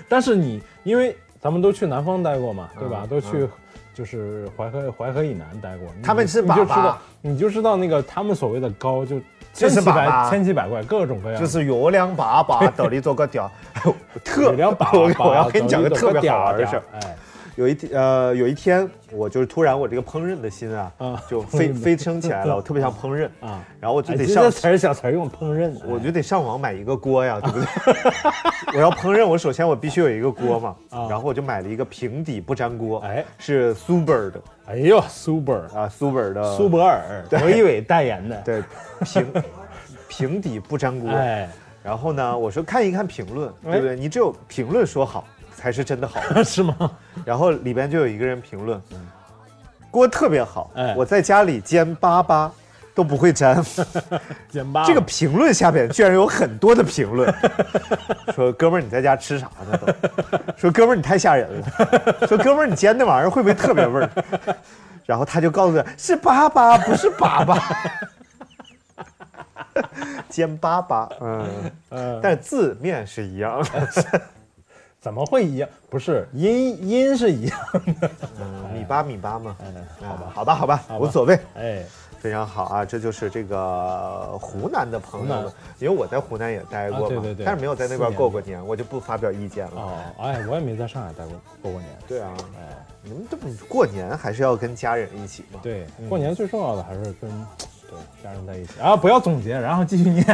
E: 但是你因为咱们都去南方待过嘛，对吧？都去就是淮河淮河以南待过，
D: 他们
E: 你
D: 吃
E: 你就知
D: 粑粑
E: 道你就知道那个他们所谓的糕就
D: 就
E: 千
D: 是
E: 奇百
D: 粑粑
E: 千奇百怪，各种各样。
D: 就是有两把 把斗里做个屌，哎呦特
E: 有两 把，啊
D: 我我要跟你讲个
E: 有一
D: 特别好
E: 点儿
D: 玩的
E: 点儿
D: 事儿。
E: 哎，
D: 有一天呃有一天，我就是突然我这个烹饪的心啊，
E: 啊
D: 就飞飞升起 来了，我特别想烹饪
E: 啊，
D: 然后我就
E: 哎
D: 得
E: 这
D: 上
E: 个词儿小词儿用烹饪，哎
D: 我就得上网买一个锅 呀，对不对？ 我要烹饪，我首先我必须有一个锅嘛，
E: 啊
D: 然后我就买了一个平底不粘锅，
E: 哎
D: 是苏泊尔的
E: 哎呦，苏泊尔，
D: 啊，苏泊尔的
E: 苏泊尔，
D: 对
E: 我以为代言的，
D: 对平平底不粘锅。
E: 哎，
D: 然后呢，我说看一看评论，
E: 哎
D: 对不对？你只有评论说好才是真的好。
E: 是吗？
D: 然后里边就有一个人评论，锅特别好，
E: 哎
D: 我在家里煎粑粑都不会粘。
E: 减八，
D: 这个评论下边居然有很多的评论， 说哥们儿你在家吃啥呢都？说哥们儿你太吓人 了，说哥们儿你煎那玩意儿会不会特别味儿？然后他就告诉他是粑粑不是粑 粑，煎粑粑，嗯，
E: 呃，
D: 但是字面是一样的，
E: 怎么会一样？不是音音是一样的，
D: 米八米八嘛，
E: 哎
D: 嗯好吧，好吧，好吧，无所谓。
E: 哎，
D: 非常好啊，这就是这个湖南的朋友
E: 湖
D: 们
E: 南，
D: 因为我在湖南也待过嘛，
E: 啊对对对
D: 但是没有在那边
E: 四年
D: 过过年，我就不发表意见了。
E: 哦，哎，我也没在上海待过过过年，
D: 对啊，你们这不过年还是要跟家人一起嘛？，
E: 对，过年最重要的还是跟对家人在一起啊！不要总结，然后继续念。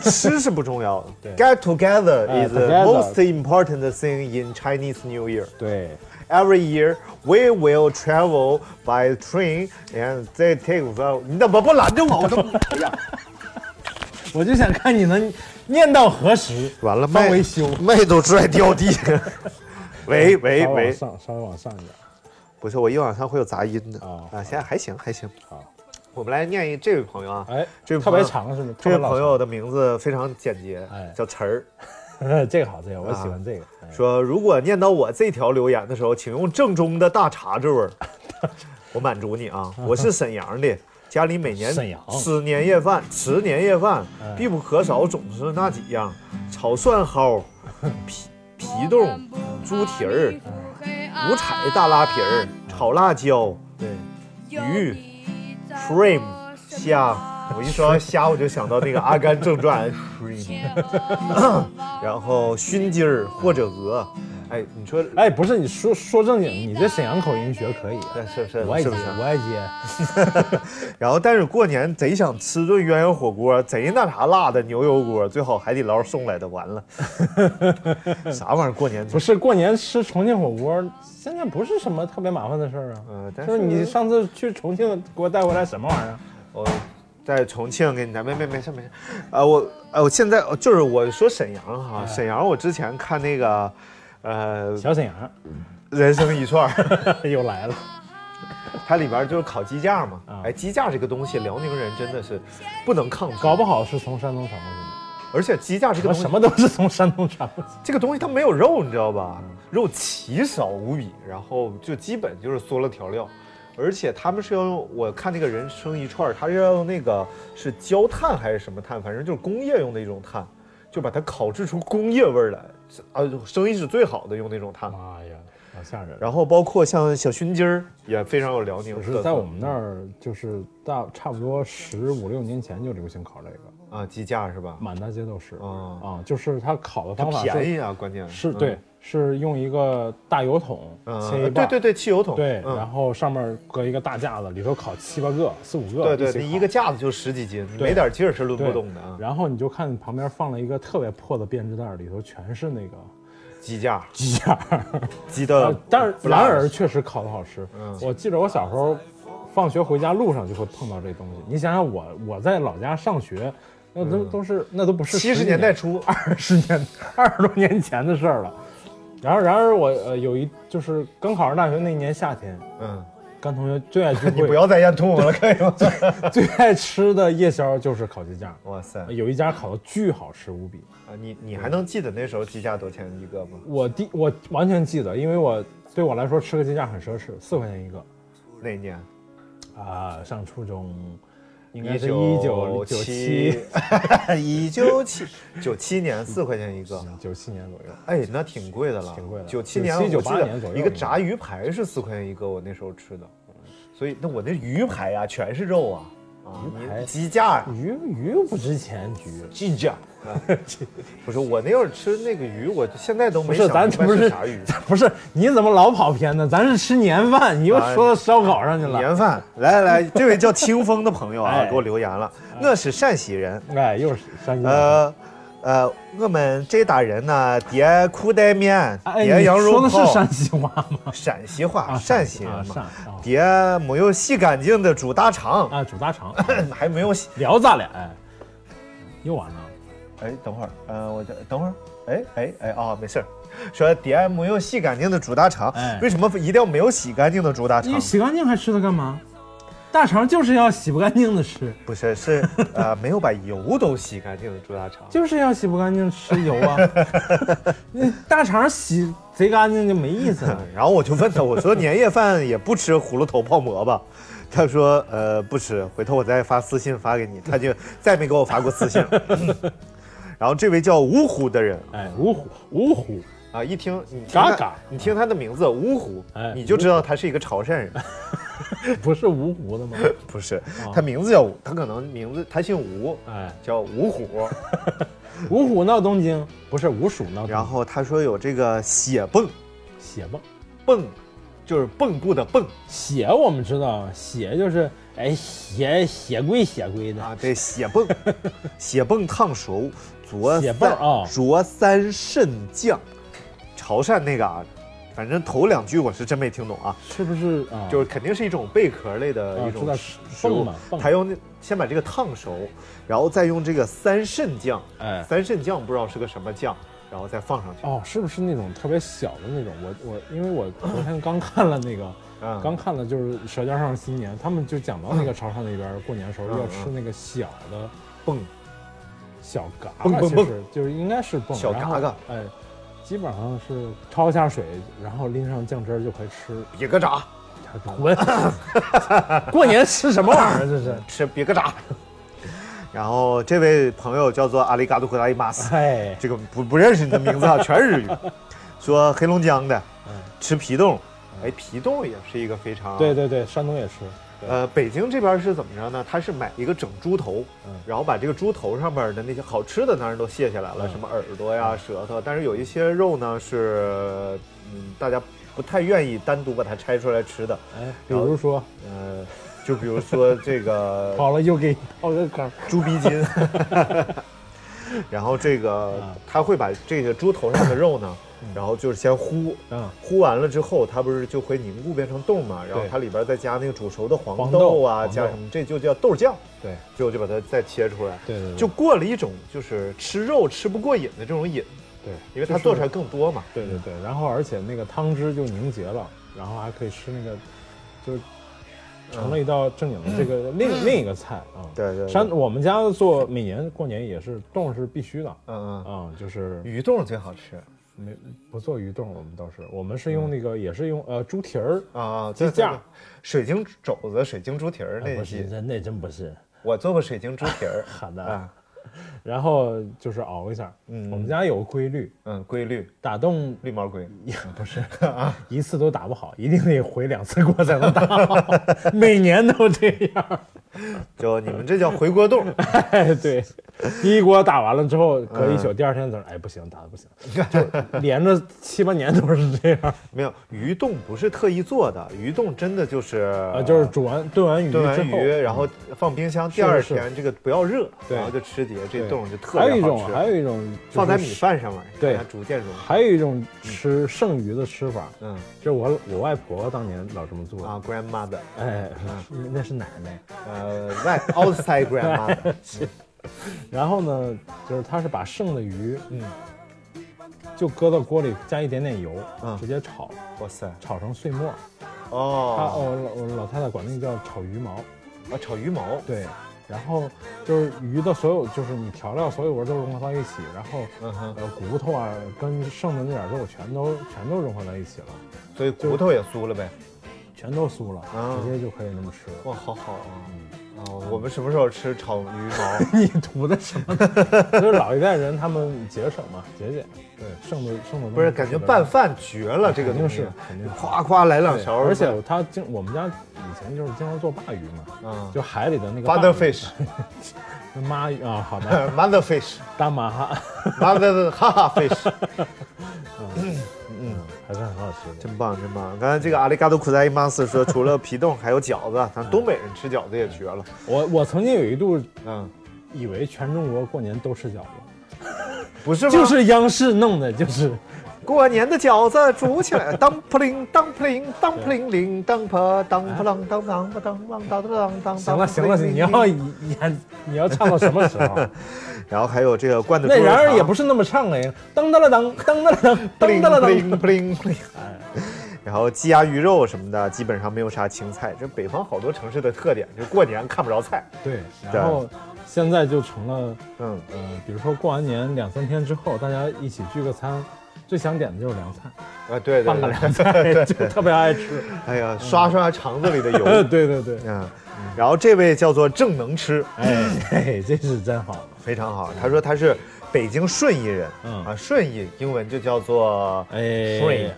D: 吃是不重要的。
E: 对哎
D: Get together is the
E: together
D: most important thing in Chinese New Year.
E: 对，
D: Every year we will travel by train and they take the。你怎么不 拦着我？我都哎呀，
E: 我就想看你能念到何时。
D: 完了，
E: 稍
D: 麦
E: 微修，
D: 麦都拽掉地。 喂喂
E: 稍微往
D: 喂，
E: 上，稍微往上一点。
D: 不是我一往上会有杂音的
E: 哦
D: 啊，现在还行还行。
E: 好，
D: 我们来念一这位朋友啊，
E: 哎，
D: 这位
E: 特
D: 朋友
E: 别长是吗？
D: 这位
E: 特别老
D: 朋友的名字非常简洁
E: 哎，
D: 叫词儿。
E: 长， 这个好，这个我喜欢这个。哎
D: 说如果念到我这条留言的时候，请用正宗的大碴子味 儿。我满足你啊，我是沈阳的，家里每年
E: 沈阳哎
D: 吃年夜饭，吃年夜饭必不可少，总是那几样：炒蒜蒿、 皮皮冻、猪蹄儿、五彩大拉皮儿、炒辣椒、
E: 哎对，
D: 鱼、shrimp 虾。我一说到虾，我就想到那个《阿甘正传》shrimp，然后熏鸡儿或者鹅。哎，你说
E: 哎，不是，你说说正经，你这沈阳口音学可以，啊
D: 那是不是？
E: 我爱
D: 是不
E: 接，
D: 是？
E: 我爱接。
D: 然后，但是过年贼想吃顿鸳鸯火锅，贼那啥辣的牛油锅，最好海底捞送来的。完了，啥玩意儿？过年
E: 不？是过年吃重庆火锅，现在不是什么特别麻烦的事儿啊。
D: 呃，但
E: 就是
D: 是
E: 你上次去重庆给我带回来什么玩意儿？啊
D: 我在重庆给你咱没没没事没事，啊我啊我现在就是我说沈阳哈，沈阳我之前看那个，呃，
E: 小沈阳
D: 人生一串儿，
E: 又来了。
D: 它里边就是烤鸡架嘛
E: 啊，
D: 哎，鸡架这个东西辽宁人真的是不能抗拒，
E: 搞不好是从山东传过去
D: 而且鸡架这个
E: 的，我
D: 东西
E: 什么都是从山东传过 去的。
D: 这个东西它没有肉，你知道吧？
E: 嗯
D: 肉奇少无比，然后就基本就是缩了调料，而且他们是要用我看那个人生一串儿，他是要用那个是焦炭还是什么炭，反正就是工业用的一种炭，就把它烤制出工业味儿来。啊，生意是最好的用那种炭。
E: 妈呀，好吓人！
D: 然后包括像小熏鸡儿也非常有辽宁
E: 可
D: 特
E: 是
D: 色，
E: 在我们那儿，就是大差不多十五六年前就流行烤这个，
D: 啊鸡架是吧？
E: 满大街都是。
D: 嗯
E: 啊，就是它烤的
D: 它
E: 方法
D: 便
E: 是
D: 宜啊，关键
E: 是
D: 嗯
E: 对，是用一个大油桶
D: 嗯
E: 切一
D: 对
E: 半，
D: 对对，汽油桶
E: 对，
D: 嗯
E: 然后上面搁一个大架子，里头烤七八个、四五个，
D: 对对，
E: 起
D: 那
E: 烤
D: 一个架子就十几斤，你
E: 对
D: 没点劲儿是抡
E: 对
D: 不动的啊。
E: 然后你就看旁边放了一个特别破的编织袋，里头全是 那个
D: 鸡架，
E: 鸡架儿。
D: 鸡的
E: 呃，但是
D: 不
E: 然
D: 辣
E: 而确实烤的好吃。
D: 嗯
E: 我记得我小时候放学回家路上就会碰到这东西。你想想我，我在老家上学，那都都是那都不是
D: 嗯七十
E: 10
D: 年代初，
E: 二十年、二十多年前的事儿了。然后，然而我呃有一就是刚考上大学那一年夏天，
D: 嗯，
E: 跟同学最爱聚
D: 你不
E: 会，
D: 要再咽吐沫了，可以 吗？
E: 最爱吃的夜宵就是烤鸡架。
D: 哇塞，
E: 有一家烤的巨好吃无比，
D: 啊你你还能记得那时候鸡架多少钱一个吗？
E: 我第我完全记得，因为我对我来说吃个鸡架很奢侈，四块钱一个。
D: 那一年，
E: 啊，上初中，应该是一九九七
D: 1997，一九七九七年四块钱一个，
E: 九七年左右。
D: 哎，那挺贵的了，
E: 挺贵的
D: 九七年、
E: 97
D: 我记得
E: 98年左右
D: 一个炸鱼排是四块钱一个，我那时候吃的，所以那我那鱼排啊，全是肉啊，
E: 哎
D: 鸡架
E: 鱼鱼又不值钱，鱼
D: 鸡架。不是我那会儿吃那个鱼，我现在都
E: 不
D: 没
E: 是
D: 想
E: 咱
D: 明白
E: 不是
D: 啥鱼，
E: 不是你怎么老跑偏呢？咱是吃年饭，你又说到烧烤上去了。
D: 年饭。来来来，这位叫清风的朋友啊，
E: 哎
D: 给我留言了，我是陕西人，
E: 哎，又是山鸡。
D: 呃。呃，我们这打人呢，叠裤带面，
E: 哎，
D: 叠
E: 你
D: 羊肉
E: 说的是
D: 泡，
E: 山西话吗？
D: 陕西话，
E: 啊
D: 陕西人
E: 陕
D: 嘛
E: 啊，陕啊
D: 别没有洗干净的猪大肠，
E: 啊，煮大肠，
D: 还没有洗。
E: 聊咋了？哎，又完了。
D: 哎，等会儿，呃，我这等会儿，哎哎哎啊，没事儿。说爹没有洗干净的猪大肠，
E: 哎
D: 为什么一定要没有洗干净的猪大肠
E: 你？洗干净还吃它干嘛？大肠就是要洗不干净的吃，
D: 不是，是呃，没有把油都洗干净的猪大肠。
E: 就是要洗不干净吃油啊。那 大肠洗贼干净就没意思了。
D: 嗯然后我就问他，我说年夜饭也不吃葫芦头泡馍吧？ 他说呃不吃，回头我再发私信发给你。他 就再没给我发过私信了。嗯然后这位叫芜湖的人
E: 哎，芜湖，芜湖，
D: 啊，一听你听
E: 嘎
D: 他
E: 嘎
D: 你听他的名字芜湖
E: 哎，
D: 你就知道他是一个潮汕人。
E: 不是芜湖的吗？
D: 不是，
E: 哦
D: 他名字叫吴，他可能名字他姓吴，
E: 哎，
D: 叫吴 虎。
E: 芜湖闹东京，不是吴蜀哎闹东京。
D: 然后他说有这个血泵
E: 血吧，
D: 泵，就是蚌埠的蚌
E: 血我们知道，啊血就是哎血血归血归的。
D: 啊，对，血 泵，血泵烫熟，灼
E: 血
D: 三
E: 泵啊
D: 灼三肾酱，潮汕那嘎、啊。反正头两句我是真没听懂啊，
E: 是不是啊？
D: 就是肯定是一种贝壳类的
E: 啊
D: 一
E: 知
D: 种
E: 道
D: 食食物
E: 泵嘛，泵
D: 他用那先把这个烫熟，然后再用这个三肾酱，
E: 哎
D: 三肾酱不知道是个什么酱，然后再放上去。
E: 哦，是不是那种特别小的那种？我我因为我昨天刚看了那个，
D: 嗯
E: 刚看了就是《舌尖上的新年》，他们就讲到那个潮汕那边过年的时候要吃那个小的
D: 蹦
E: 小嘎
D: 蹦
E: 嘎，
D: 蹦
E: 其
D: 蹦
E: 实就是应该是蹦
D: 小
E: 然后
D: 嘎嘎
E: 哎，基本上是焯一下水，然后拎上酱汁儿就可以吃。
D: 比个炸，
E: 滚！ 过年吃什么玩意儿？这是。
D: 吃比个炸。 然后这位朋友叫做阿里嘎多克达伊马 斯，
E: 哎，
D: 这个不不认识你的名字啊，全是日 语。说黑龙江的，吃皮冻，哎，皮冻也是一个非常
E: 嗯对。对对，山东也吃。对
D: 呃，北京这边是怎么着呢？他是买一个整猪头，
E: 嗯
D: 然后把这个猪头上面的那些好吃的当然都卸下来了，
E: 嗯
D: 什么耳朵呀、舌头，但是有一些肉呢是，嗯，大家不太愿意单独把它拆出来吃的。
E: 哎，比如说
D: 呃，就比如说这 个
E: 好了又给你掏个坑，
D: 猪鼻筋，然后这个
E: 啊
D: 他会把这个猪头上的肉呢，然后就是先烀，
E: 嗯
D: 烀完了之后，它不是就会凝固变成冻嘛，然后
E: 对
D: 它里边再加那个煮熟的黄
E: 黄
D: 豆
E: 豆
D: 啊，
E: 黄
D: 加
E: 豆
D: 什么，这就叫豆酱，
E: 对
D: 最后就把它再切出来，
E: 对对对
D: 就过了一种就是吃肉吃不过瘾的这种瘾，
E: 对，
D: 因为它
E: 就是
D: 做出来更多嘛，
E: 对对对，然后而且那个汤汁就凝结了，然后还可以吃那个，就是成了一道正经的这个另、另一个菜啊。
D: 嗯对对对
E: 山我们家做每年过年也是冻是必须的，啊、
D: 嗯嗯，
E: 就是
D: 鱼冻最好吃
E: 没不做鱼冻，我们倒是我们是
D: 嗯
E: 用那个、也是用呃猪蹄儿
D: 啊，
E: 鸡
D: 对对对
E: 架，
D: 水晶肘子、水晶猪蹄儿
E: 哎
D: 那
E: 不
D: 些
E: 是，那那真不是，
D: 我做过水晶猪蹄 儿
E: 好的
D: 啊，
E: 然后就是熬一下。
D: 嗯
E: 我们家有个规律，
D: 嗯，规律。
E: 打洞
D: 绿毛龟，
E: 也不是一次都打不好，一定得回两次锅才能 打好，每年都这样。
D: 就你们这叫回锅冻，
E: 哎， 对，第一锅打完了之后，隔
D: 嗯
E: 一宿，第二天早上，哎，不行，打的不行，就连着七八年都是这样。
D: 没有鱼冻不是特意做的，鱼冻真的就是
E: 啊，
D: 呃
E: 就是煮完炖完鱼之
D: 炖
E: 后，
D: 完鱼，然后放冰箱，第
E: 是
D: 二
E: 是
D: 天这个不要热，
E: 对
D: 然后就吃碟，这
E: 对
D: 冻就特
E: 还有一
D: 别
E: 种，
D: 好
E: 还
D: 吃，
E: 有一种就是
D: 放在米，饭上面，
E: 对
D: 让它逐渐融化。
E: 还有一种吃剩余的吃法，
D: 嗯
E: 这我我外婆当年老这么做的。
D: 啊，grandmother，嗯
E: 哎，那是奶奶。
D: 呃，外 outside grandmother，
E: 然后呢，就是她是把剩的鱼，
D: 嗯，
E: 就搁到锅里加一点点油，
D: 嗯
E: 直接炒，
D: 哇塞，
E: 炒成碎末。她
D: 哦，
E: 我老我老太太管那叫炒鱼毛。
D: 啊，炒鱼毛，
E: 对，然后就是鱼的所有，就是你调料所有味都融合到一起，然后、
D: 嗯哼，
E: 呃骨头啊跟剩的那点肉全都全都融合在一起了，
D: 所以骨头也酥了呗，
E: 全都酥了，
D: 啊
E: 直接就可以那么吃了。 嗯
D: 哇，好好啊，啊，我们什么时候吃炒鱼毛？
E: 你图的什么呢？ 就是老一代人他们节省嘛，节俭，对，剩的剩的
D: 不是，感觉拌饭绝了，这个
E: 肯定
D: 东西
E: 是肯定是
D: 夸夸来两勺，
E: 而且他经我们家以前就是经常做鲅鱼嘛，
D: 嗯
E: 就海里的那个鲅鱼
D: mother fish
E: 妈鱼啊，好的，
D: mother fish
E: 大马哈，
D: mother 哈哈 fish，
E: 还是很好吃 的。
D: 真棒真棒！刚才这个阿里嘎多苦在伊玛斯说，除了皮冻还有饺子，咱东北人吃饺子也绝了。
E: 我我曾经有一度
D: 嗯，
E: 以为全中国过年都吃饺子，
D: 不是吗？
E: 就是央视弄的， 就是
D: 过年的饺子煮起来，当扑灵当扑灵当扑灵灵当扑当扑啷当当扑当啷当当当。
E: 行 了行了，你要演你要唱到什么时 候？
D: 然后还有这个罐头，
E: 那然而也不是那么唱哎，噔噔了噔，噔噔了噔，
D: 不
E: 噔
D: 灵
E: 噔哎了
D: 不
E: 噔。
D: 灵不灵不灵。然后鸡鸭鱼肉什么的，基本上没有啥青菜。这北方好多城市的特点，就过年看不着菜。
E: 对，
D: 对
E: 然后现在就成了，
D: 嗯，
E: 呃，比如说过完年两三天之后，大家一起聚个餐，最想点的就是凉菜，
D: 啊，对对
E: 拌个
D: 对，
E: 凉 菜就特别爱吃。呃
D: 哎呀，刷刷肠子里的油。
E: 对对对，
D: 嗯，然后这位叫做正能吃，
E: 哎，嘿这是真好。
D: 非常好。他说他是北京顺义人，
E: 嗯
D: 啊，顺义英文就叫做
E: 哎，
D: 顺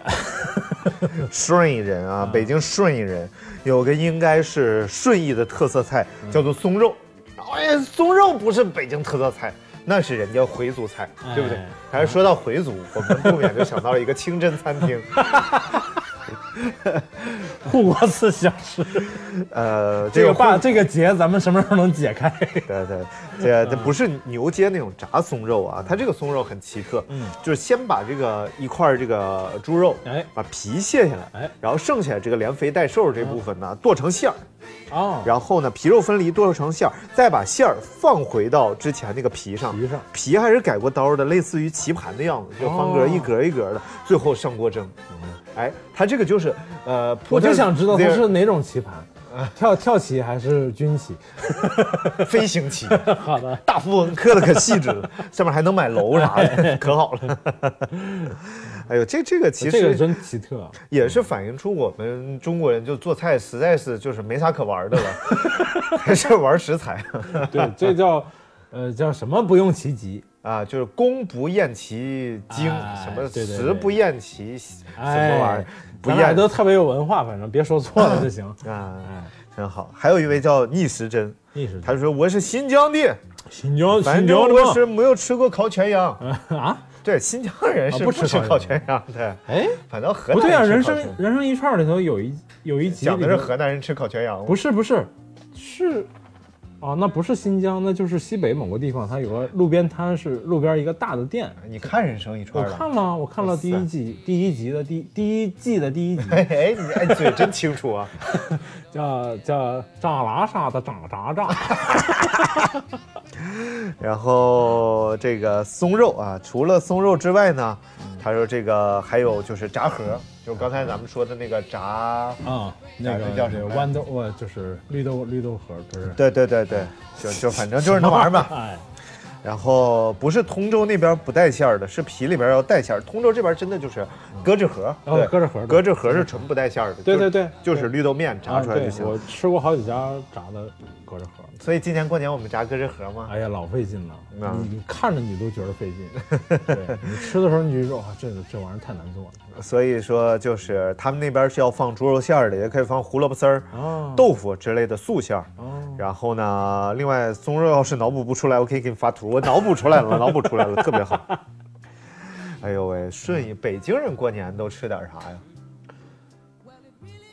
D: 顺义人
E: 嗯
D: 啊，北京顺义人有个应该是顺义的特色菜，
E: 嗯
D: 叫做松肉。哎呀，松肉不是北京特色菜，那是人家回族菜，对不对
E: 哎？
D: 还是说到回族，我们不免就想到了一个清真餐厅。
E: 护国四小时，
D: 呃，
E: 这个
D: 话。
E: 话这个结咱们什么时候能解开？
D: 对对，这
E: 嗯
D: 这不是牛街那种炸松肉啊，它这个松肉很奇特，
E: 嗯
D: 就是先把这个一块儿这个猪肉，
E: 哎
D: 把皮卸下来，
E: 哎嗯
D: 然后剩下这个连肥带瘦这部分呢剁成馅儿，
E: 哦，
D: 然后呢皮肉分离剁成馅儿，再把馅儿放回到之前那个皮上，
E: 皮上
D: 皮还是改过刀的，类似于棋盘的样子，就方
E: 哦
D: 格一格一格的，最后上锅蒸。哎，它这个就是，啊呃，
E: 嗯我就
D: put
E: 想知道它
D: there-
E: 是哪种棋盘，跳跳棋还是军 棋？呃
D: 飞行棋。
E: 好的，
D: 大富翁刻的可细 致了，上面还能买楼啥的，可好了。哎呦，这这个其
E: 这个
D: 实
E: 真 奇特。啊
D: 也是反映出我们中国人就做菜实在是就是没啥可玩 的了，还是玩食材
E: 对，这叫呃叫什么不用其极，
D: 啊，就是攻不厌其精，
E: 哎
D: 什么
E: 对对对
D: 食不厌其什
E: 哎
D: 么玩意儿，不
E: 咱俩
D: 厌
E: 都特别有文化，反正别说错了就行。
D: 啊，
E: 哎，
D: 真好。还有一位叫逆时针，
E: 历史
D: 他说我是新疆的，
E: 新疆
D: 反
E: 新
D: 正
E: 疆的
D: 我
E: 嘛
D: 是没有吃过烤全羊。
E: 啊，
D: 对，新疆人
E: 啊
D: 是
E: 不
D: 不
E: 吃
D: 吃
E: 烤
D: 烤
E: 全
D: 全羊的。
E: 哎，
D: 反倒河南
E: 不对啊，
D: 吃
E: 人
D: 烤
E: 生
D: 全
E: 人生一串里头有一有一集
D: 讲的是
E: 里头
D: 河南人吃烤全羊，
E: 不是不是是。哦，那不是新疆，那就是西北某个地方，它有个路边摊，是路边一个大的店。
D: 你看人生一
E: 我
D: 串了。
E: 看了，我看了第一季，第一集的第第一季的第一集，
D: 哎哎，你哎嘴真清楚啊！
E: 叫叫炸拉啥的炸炸炸，
D: 然后这个松肉啊，除了松肉之外呢，他说这个还有就是炸盒，就是刚才咱们说的那个炸，
E: 啊，那个
D: 那叫什么呀
E: 豌豆，我就是绿豆绿豆盒，不是
D: 对对对对，就就反正就是那玩意儿嘛。
E: 哎，
D: 然后不是通州那边不带馅儿的，是皮里边要带馅儿。通州这边真的就是搁置盒，
E: 哦
D: 对，
E: 搁置盒对
D: 搁置盒是纯不带馅儿的。
E: 对
D: 就是
E: 对对
D: 就是绿豆面炸出来就
E: 啊对我
D: 行。
E: 吃过好几家炸的搁着盒，
D: 所以今年过年我们炸搁置盒吗？
E: 哎呀，老费劲了，
D: 嗯
E: 你你看着你都觉得费劲， 对你吃的时候你就说哇，这这玩意儿太难做了。
D: 所以说，就是他们那边是要放猪肉馅儿的，也可以放胡萝卜丝儿、
E: 哦
D: 豆腐之类的素馅儿。
E: 哦，
D: 然后呢，另外松肉要是脑补不出来，我可以给你发图。我脑补出来 了，脑补出来了，特别好。哎呦喂，顺义北京人过年都吃点啥呀？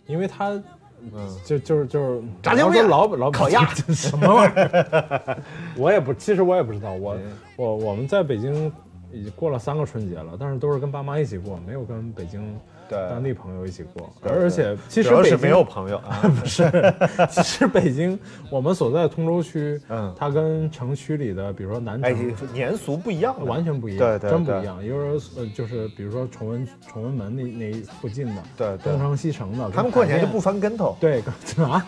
E: 因为它。
D: 嗯
E: 就就是就是
D: 炸酱
E: 你要
D: 面
E: 说老老
D: 烤鸭
E: 这 什么玩意儿？我也不，其实我也不知道。
D: 哎
E: 我我我们在北京已经过了三个春节了，但是都是跟爸妈一起过，没有跟北京
D: 对
E: 当地朋友一起过。
D: 对
E: 而且其实
D: 主要
E: 北
D: 是
E: 京
D: 没有朋友啊。
E: 不是，其实北京我们所在通州区，
D: 嗯
E: 它跟城区里的，比如说南
D: 哎
E: 城，，
D: 年俗不一样的，
E: 完全不一样，
D: 对对
E: 真不
D: 对
E: 一样。有时候呃，就是比如说崇文崇文门那那附近的，
D: 对对
E: 东城西城的，
D: 他们
E: 跟
D: 过
E: 海
D: 年就
E: 淀
D: 不翻跟头。
E: 对，跟 什么？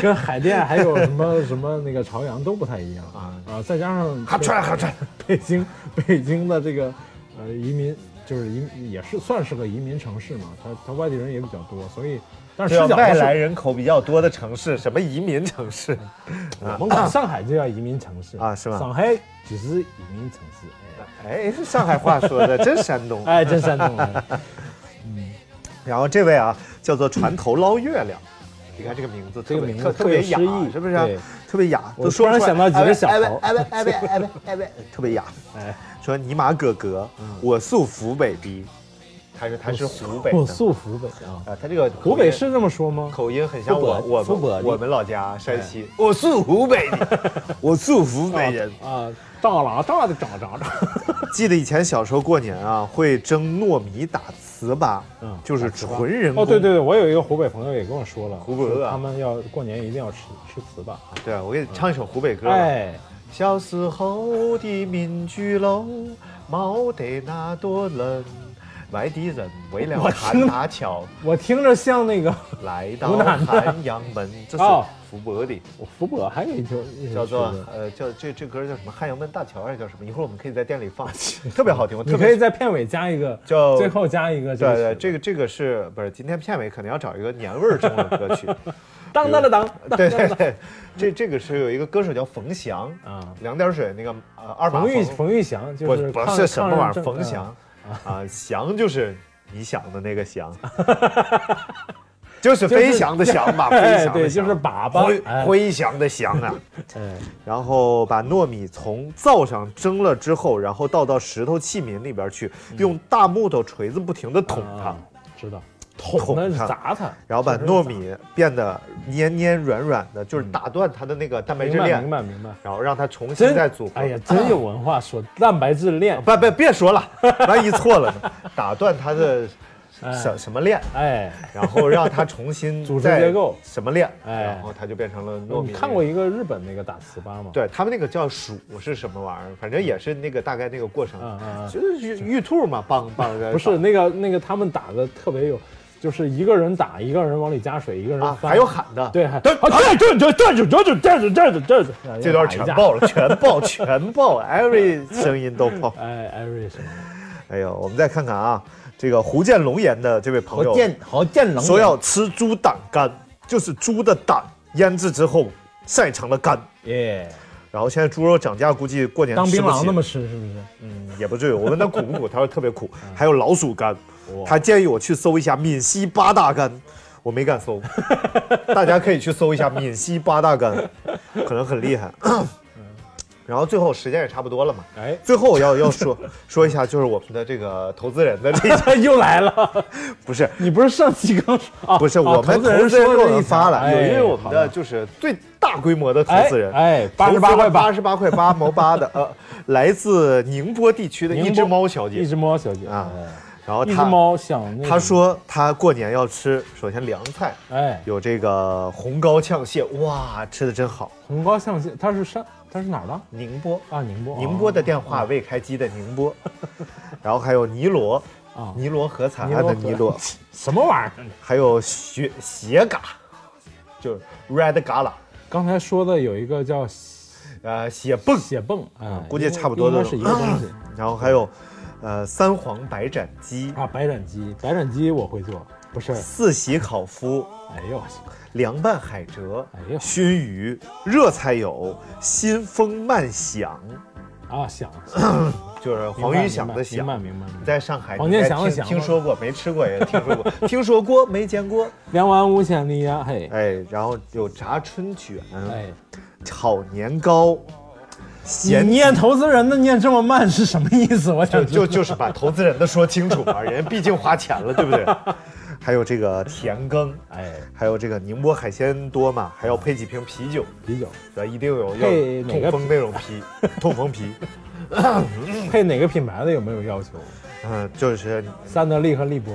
E: 跟海淀还有什么 什么那个朝阳都不太一样
D: 嗯
E: 啊啊！再加上
D: 哈串哈串，
E: 北京北京的这个呃移民就是移也是算是个移民城市嘛，它它外地人也比较多，所以但是
D: 对啊
E: 吃饺
D: 外
E: 子
D: 来
E: 是
D: 人口比较多的城市，什么移民城市？
E: 我们管上海就叫移民城市
D: 啊是吗
E: 上海就是移民城市，哎
D: 哎，是上海话说的，啊真山东。
E: 哎，真山东人。
D: 然后这位啊，叫做船头捞月亮。你看这个名字特别，
E: 这个名字
D: 特
E: 特
D: 别
E: 有
D: 雅
E: 诗意，
D: 是不是啊
E: 对？
D: 特别雅。
E: 我
D: 都说
E: 突然
D: 出来
E: 想到几个小
D: 哎喂
E: 猴
D: 哎喂哎喂 哎喂哎喂，特别雅。
E: 哎，嗯
D: 说尼玛哥哥，我素湖北的，他是他是湖北
E: 我
D: 的
E: 素湖北啊，
D: 啊，他这个
E: 湖北是这么说吗？
D: 口音很像我
E: 湖北
D: 我
E: 湖北
D: 们
E: 的
D: 我们老家山西，我素湖北的，哎 我素湖北人。
E: 啊，到了啊，到了，长长长。
D: 记得以前小时候过年啊，会蒸糯米打糍粑，
E: 嗯
D: 就是纯人工。
E: 哦，对对对，我有一个湖北朋友也跟我说了，
D: 湖北
E: 说
D: 啊
E: 他们要过年一定要吃吃糍粑。
D: 对，我给你唱一首湖北歌吧。
E: 哎，
D: 小时候的民居楼，没得那多人，外地人为了
E: 我
D: 看
E: 听
D: 大桥
E: 我听着像那 个
D: 来到
E: 湖南的
D: 汉阳门，这是
E: 哦嗯
D: 福伯的，
E: 我福伯，还有一条一首
D: 叫做
E: 曲子
D: 呃叫这这歌叫什么？汉阳门大桥还是叫什么？一会儿我们可以在店里放，特别好听。我
E: 你
D: 特
E: 可
D: 别
E: 以在片尾加一个，
D: 叫
E: 最后加一个这
D: 对对，
E: 个曲子
D: 这个这个是不是今天片尾可能要找一个年味儿重的 歌曲？
E: 当当当当，
D: 对对对，这这个是有一个歌手叫冯翔
E: 啊
D: 两点水那个呃二马
E: 冯玉
D: 冯
E: 冯玉祥就
D: 不
E: 是
D: 不
E: 抗
D: 是什么玩意儿，
E: 抗日
D: 冯
E: 政呃
D: 翔啊，翔就是你想的那个 翔，就是
E: 就是
D: 飞翔的翔吧，
E: 哎
D: 飞翔的
E: 对
D: 翔
E: 就是粑粑
D: 辉
E: 哎
D: 辉翔的翔 啊。
E: 哎
D: 然后把糯米从灶上蒸了之后，然后倒到石头器皿里边去，用大木头锤子不停地捅它
E: 嗯啊，，知道
D: 捅
E: 捅那是
D: 它
E: 砸它，
D: 然后把
E: 就是
D: 糯
E: 砸
D: 米变得黏黏软软的，就是打断它的那个蛋白质
E: 明白明
D: 链，
E: 白明白，
D: 然后让它重新
E: 真
D: 再组合。
E: 哎呀，真有文化，说蛋白质 链，
D: 不不，别说 了，万一错了呢？打断它的什什么链，
E: 哎，
D: 然后让它重新
E: 组织
D: 再
E: 结构
D: 什么链，
E: 哎
D: 然后它就变成了糯米。
E: 你看过？一个日本那个打糍粑吗？
D: 对他们那个叫黍是什么玩意儿？反正也是那个大概那个过程，
E: 嗯，嗯嗯。
D: 就是玉玉兔嘛，梆梆的。啊
E: 不是那个那个他们打的特别有，就是一个人打，一个人往里加水，一个人
D: 啊，
E: 翻
D: 还有喊的，
E: 对，还对啊对对对对对对对对对 对，
D: 啊这段全爆了，全爆，全爆，every 声音都爆。
E: 哎，艾瑞什么？
D: 哎呦，我们再看看啊，这个福建龙岩的这位朋友，
H: 好见冷
D: 说要吃猪胆肝，就是猪的胆腌制之后晒成了干。
E: 耶，
D: 然后现在猪肉涨价，估计过年
E: 当
D: 吃
E: 槟
D: 不
E: 榔
D: 起
E: 那么吃是不是？
D: 也不至于。我问他苦不苦，他说特别 苦。还有老鼠干，他建议我去搜一下闽西八大干，我没敢 搜，大家可以去搜一下闽西八大干，可能很厉 害。嗯然后最后时间也差不多了嘛，
E: 哎，
D: 最后我要要说 说一下，就是我们的这个投资人的这
E: 他哎 又来了，
D: 不是
E: 你不是上期刚啊？
D: 不是，我们投资人给我们发了，有一位
E: 为
D: 我们的就是最大规模的投资人，
E: 哎，八十八块
D: 八
E: 八，
D: 十八块八毛八的，呃，来自宁波地区的一只猫小
E: 啊一
D: 姐
E: 只猫小姐哎
D: 啊，然后
E: 一只
D: 她
E: 猫想那
D: 她说她过年要吃，首先凉菜
E: 哎，
D: 有这个红膏呛蟹，哇，吃的真好。
E: 红高象限，它是山，它是哪儿的？
D: 宁波，
E: 啊，宁波，
D: 宁波的电话未开机的宁波， 然后还有尼罗
E: 啊，
D: 尼罗河惨案的尼
E: 尼
D: 罗
E: 罗，什么玩意儿？
D: 还有雪斜嘎，就是 red gala，
E: 刚才说的有一个叫
D: 呃，血蹦。
E: 血泵，啊，
D: 估计差不多
E: 应
D: 都
E: 该是一个东西
D: 然后还有，呃，三黄白斩鸡、
E: 啊。白斩鸡，白斩鸡我会做，不是？
D: 四喜烤麸、
E: 哎呦，
D: 凉拌海蜇、
E: 哎呦
D: 熏鱼、热菜有新丰慢响，
E: 啊，响，
D: 就是
E: 明白
D: 黄鱼响的
E: 明白明白
D: 响。
E: 明白明白。
D: 在上海，
E: 黄健翔的
D: 你应该
E: 响
D: 听听
E: 吗
D: 说过，没吃过也听说过， 听说过没见过。
E: 两万五千里呀，嘿，
D: 哎，然后有炸春卷、
E: 哎，
D: 炒年糕、
E: 你
D: 咸
E: 念投资人的念这么慢是什么意思？我想
D: 就
E: 知道
D: 就就是把投资人的说清楚 嘛，人家毕竟花钱了，对不对？还有这个田耕，
E: 哎，
D: 还有这个宁波海鲜多嘛，还要配几瓶啤酒，
E: 啤酒
D: 咱一定有要
E: 配哪
D: 痛
E: 个
D: 风那种啤， 痛风啤，
E: 配哪个品牌的有没有要求？
D: 嗯，就是，
E: 三得利和利波，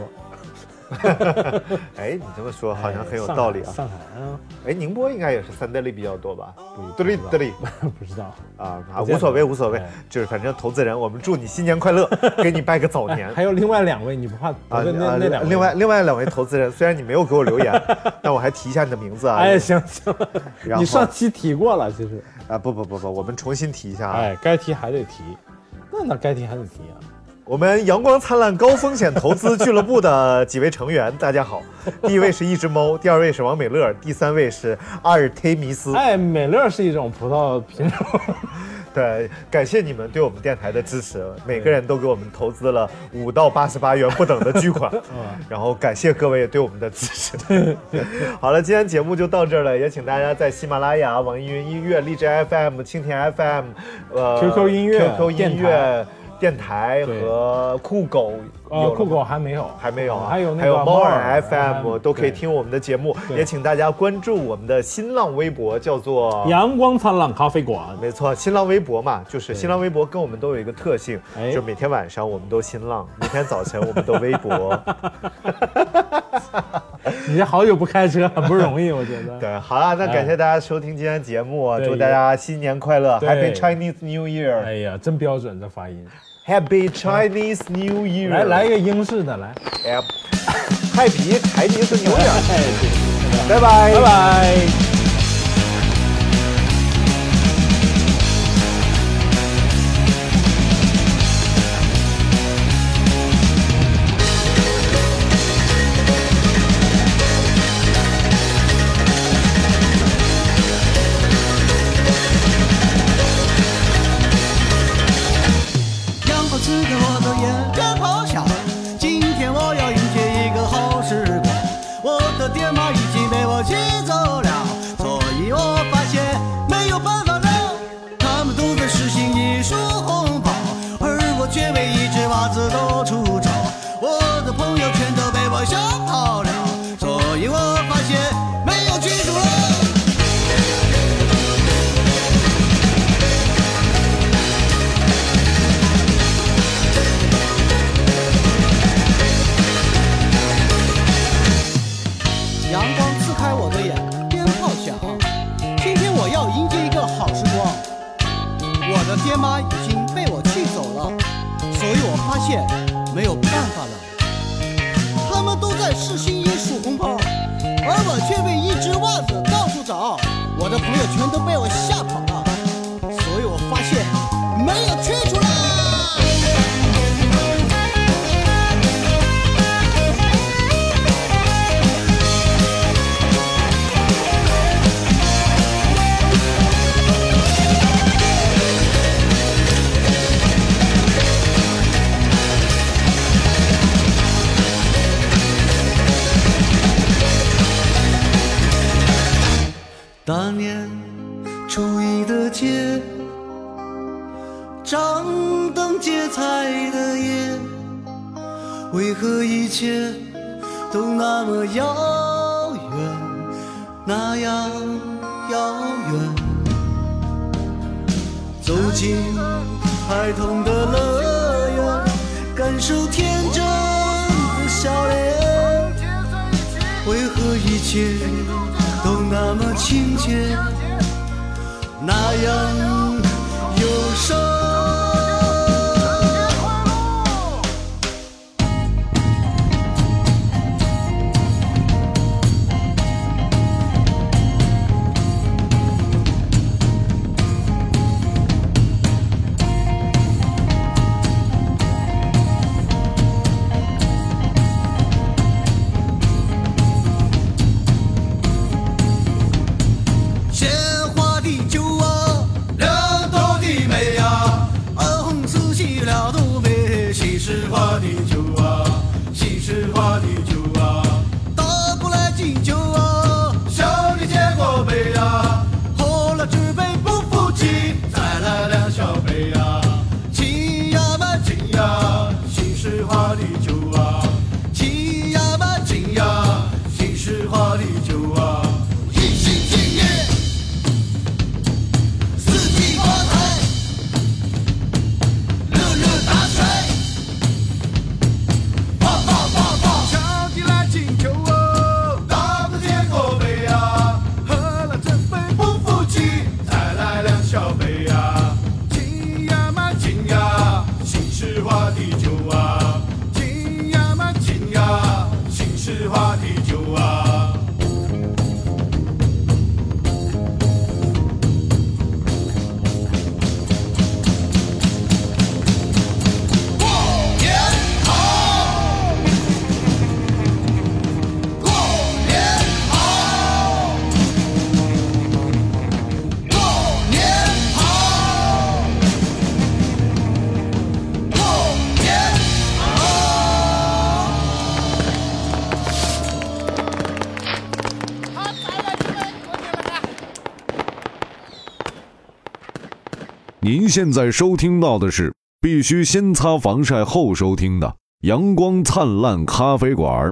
D: 哎，你这么说好像
E: 哎
D: 很有道理啊。
E: 上海上海啊，
D: 哎，宁波应该也是三得利比较多吧？
E: 不
D: 得利
E: 知道
D: 得利
E: 不知道。
D: 啊啊，
E: 不见
D: 无
E: 得
D: 所谓无所谓
E: 哎，
D: 就是反正投资人，我们祝你新年快 乐，给你拜个早年。
E: 哎还有另外两位，你不怕？
D: 啊
E: 不对那
D: 啊
E: 那两位
D: 另外，另外两位投资人，虽然你没有给我留 言，但我还提一下你的名字啊。
E: 哎，行行
D: 然，后
E: 你上期提过了，其实。哎
D: 啊，不不不不，我们重新提一下啊。
E: 哎，该提还得提，那那该提还得提啊。
D: 我们阳光灿烂高风险投资俱乐部的几位成员，大 家好。第一位是一只猫，第二位是王美乐，第三位是阿尔忒弥斯。
E: 哎，美乐是一种葡萄品种，
D: 对，感谢你们对我们电台的支持，每个人都给我们投资了五到八十八元不等的巨 款，
E: 嗯
D: 然后感谢各位对我们的支持。好了，今天节目就到这儿了，也请大家在喜马拉雅、网易云音乐、荔枝 FM、蜻蜓 FM、呃
E: QQ 音乐
D: QQ 音
E: 电台
D: 乐、电台
E: 对
D: 和酷狗有
E: 呃，
D: 了
E: 酷
D: 吗
E: 狗还没有，
D: 哦还没有啊，
E: 哦还有那个
D: 还有猫
E: 耳嗯
D: 耳 FM 都可以。
E: 对
D: 听我们的节目，
E: 对
D: 也请大家关注我们的新浪微博，叫做。
E: 阳光灿烂咖啡馆，
D: 没错，新浪微博嘛，就是新浪微博跟我们都有一个特性，
E: 哎
D: 就每天晚上我们都新浪，每天早晨我们都微 博。
E: 你这好久不开车，很不容易，我觉 得。
D: 对，好啦，那
E: 哎
D: 感谢大家收听今天节目啊，
E: 对
D: 祝大家新年快乐
E: 对
D: ，Happy Chinese New
E: 哎
D: Year，Happy
E: 呀，真标准这发 音，
D: Chinese New Year，
E: 来来一个英式的，来，
D: 哎，嗨皮柴尼斯牛
E: 哎
D: 呀，拜
E: 对
D: 拜，
E: 拜拜。
H: 阳光赐给我的眼光咆哮，今天我要迎接一个好时光。我的电马已经被我骑走了，所以我发现没有办法了。他们都在实行一束红包，而我却为一只袜子到处找。我的朋友全都被我吓跑了，所以我发现没有群主了。阳光刺开我的眼，鞭炮响。今天我要迎接一个好时光。我的爹妈已经被我气走了，所以我发现没有办法了。他们都在试新衣数红包，而我却被一只袜子到处找。我的朋友全都被我吓跑了，所以我发现没有去处啦。大年初一的街，张灯结彩的夜，为何一切都那么遥远，那样遥远？走进孩童的乐园，感受天真的笑脸。为何一切都那么亲切，那样忧伤？鲜花的酒啊，两道的美呀，二红四喜两度美，西施花的酒啊，西施花的酒啊，倒过来敬酒啊，小的接过杯呀，喝了这杯不服气，再来两小杯呀，亲呀嘛亲呀，西施花的酒啊，亲呀嘛亲呀，西施花的酒啊，一心敬业。四季光彩，六六大顺，棒棒棒棒！强起来敬酒哦，大不接过杯呀，喝了这杯不服气，再来两小杯呀。敬呀嘛敬呀，西施花的酒啊，敬呀嘛敬呀，西施花的酒啊。Whoa!
J: 您现在收听到的是必须先擦防晒后收听的《阳光灿烂咖啡馆》。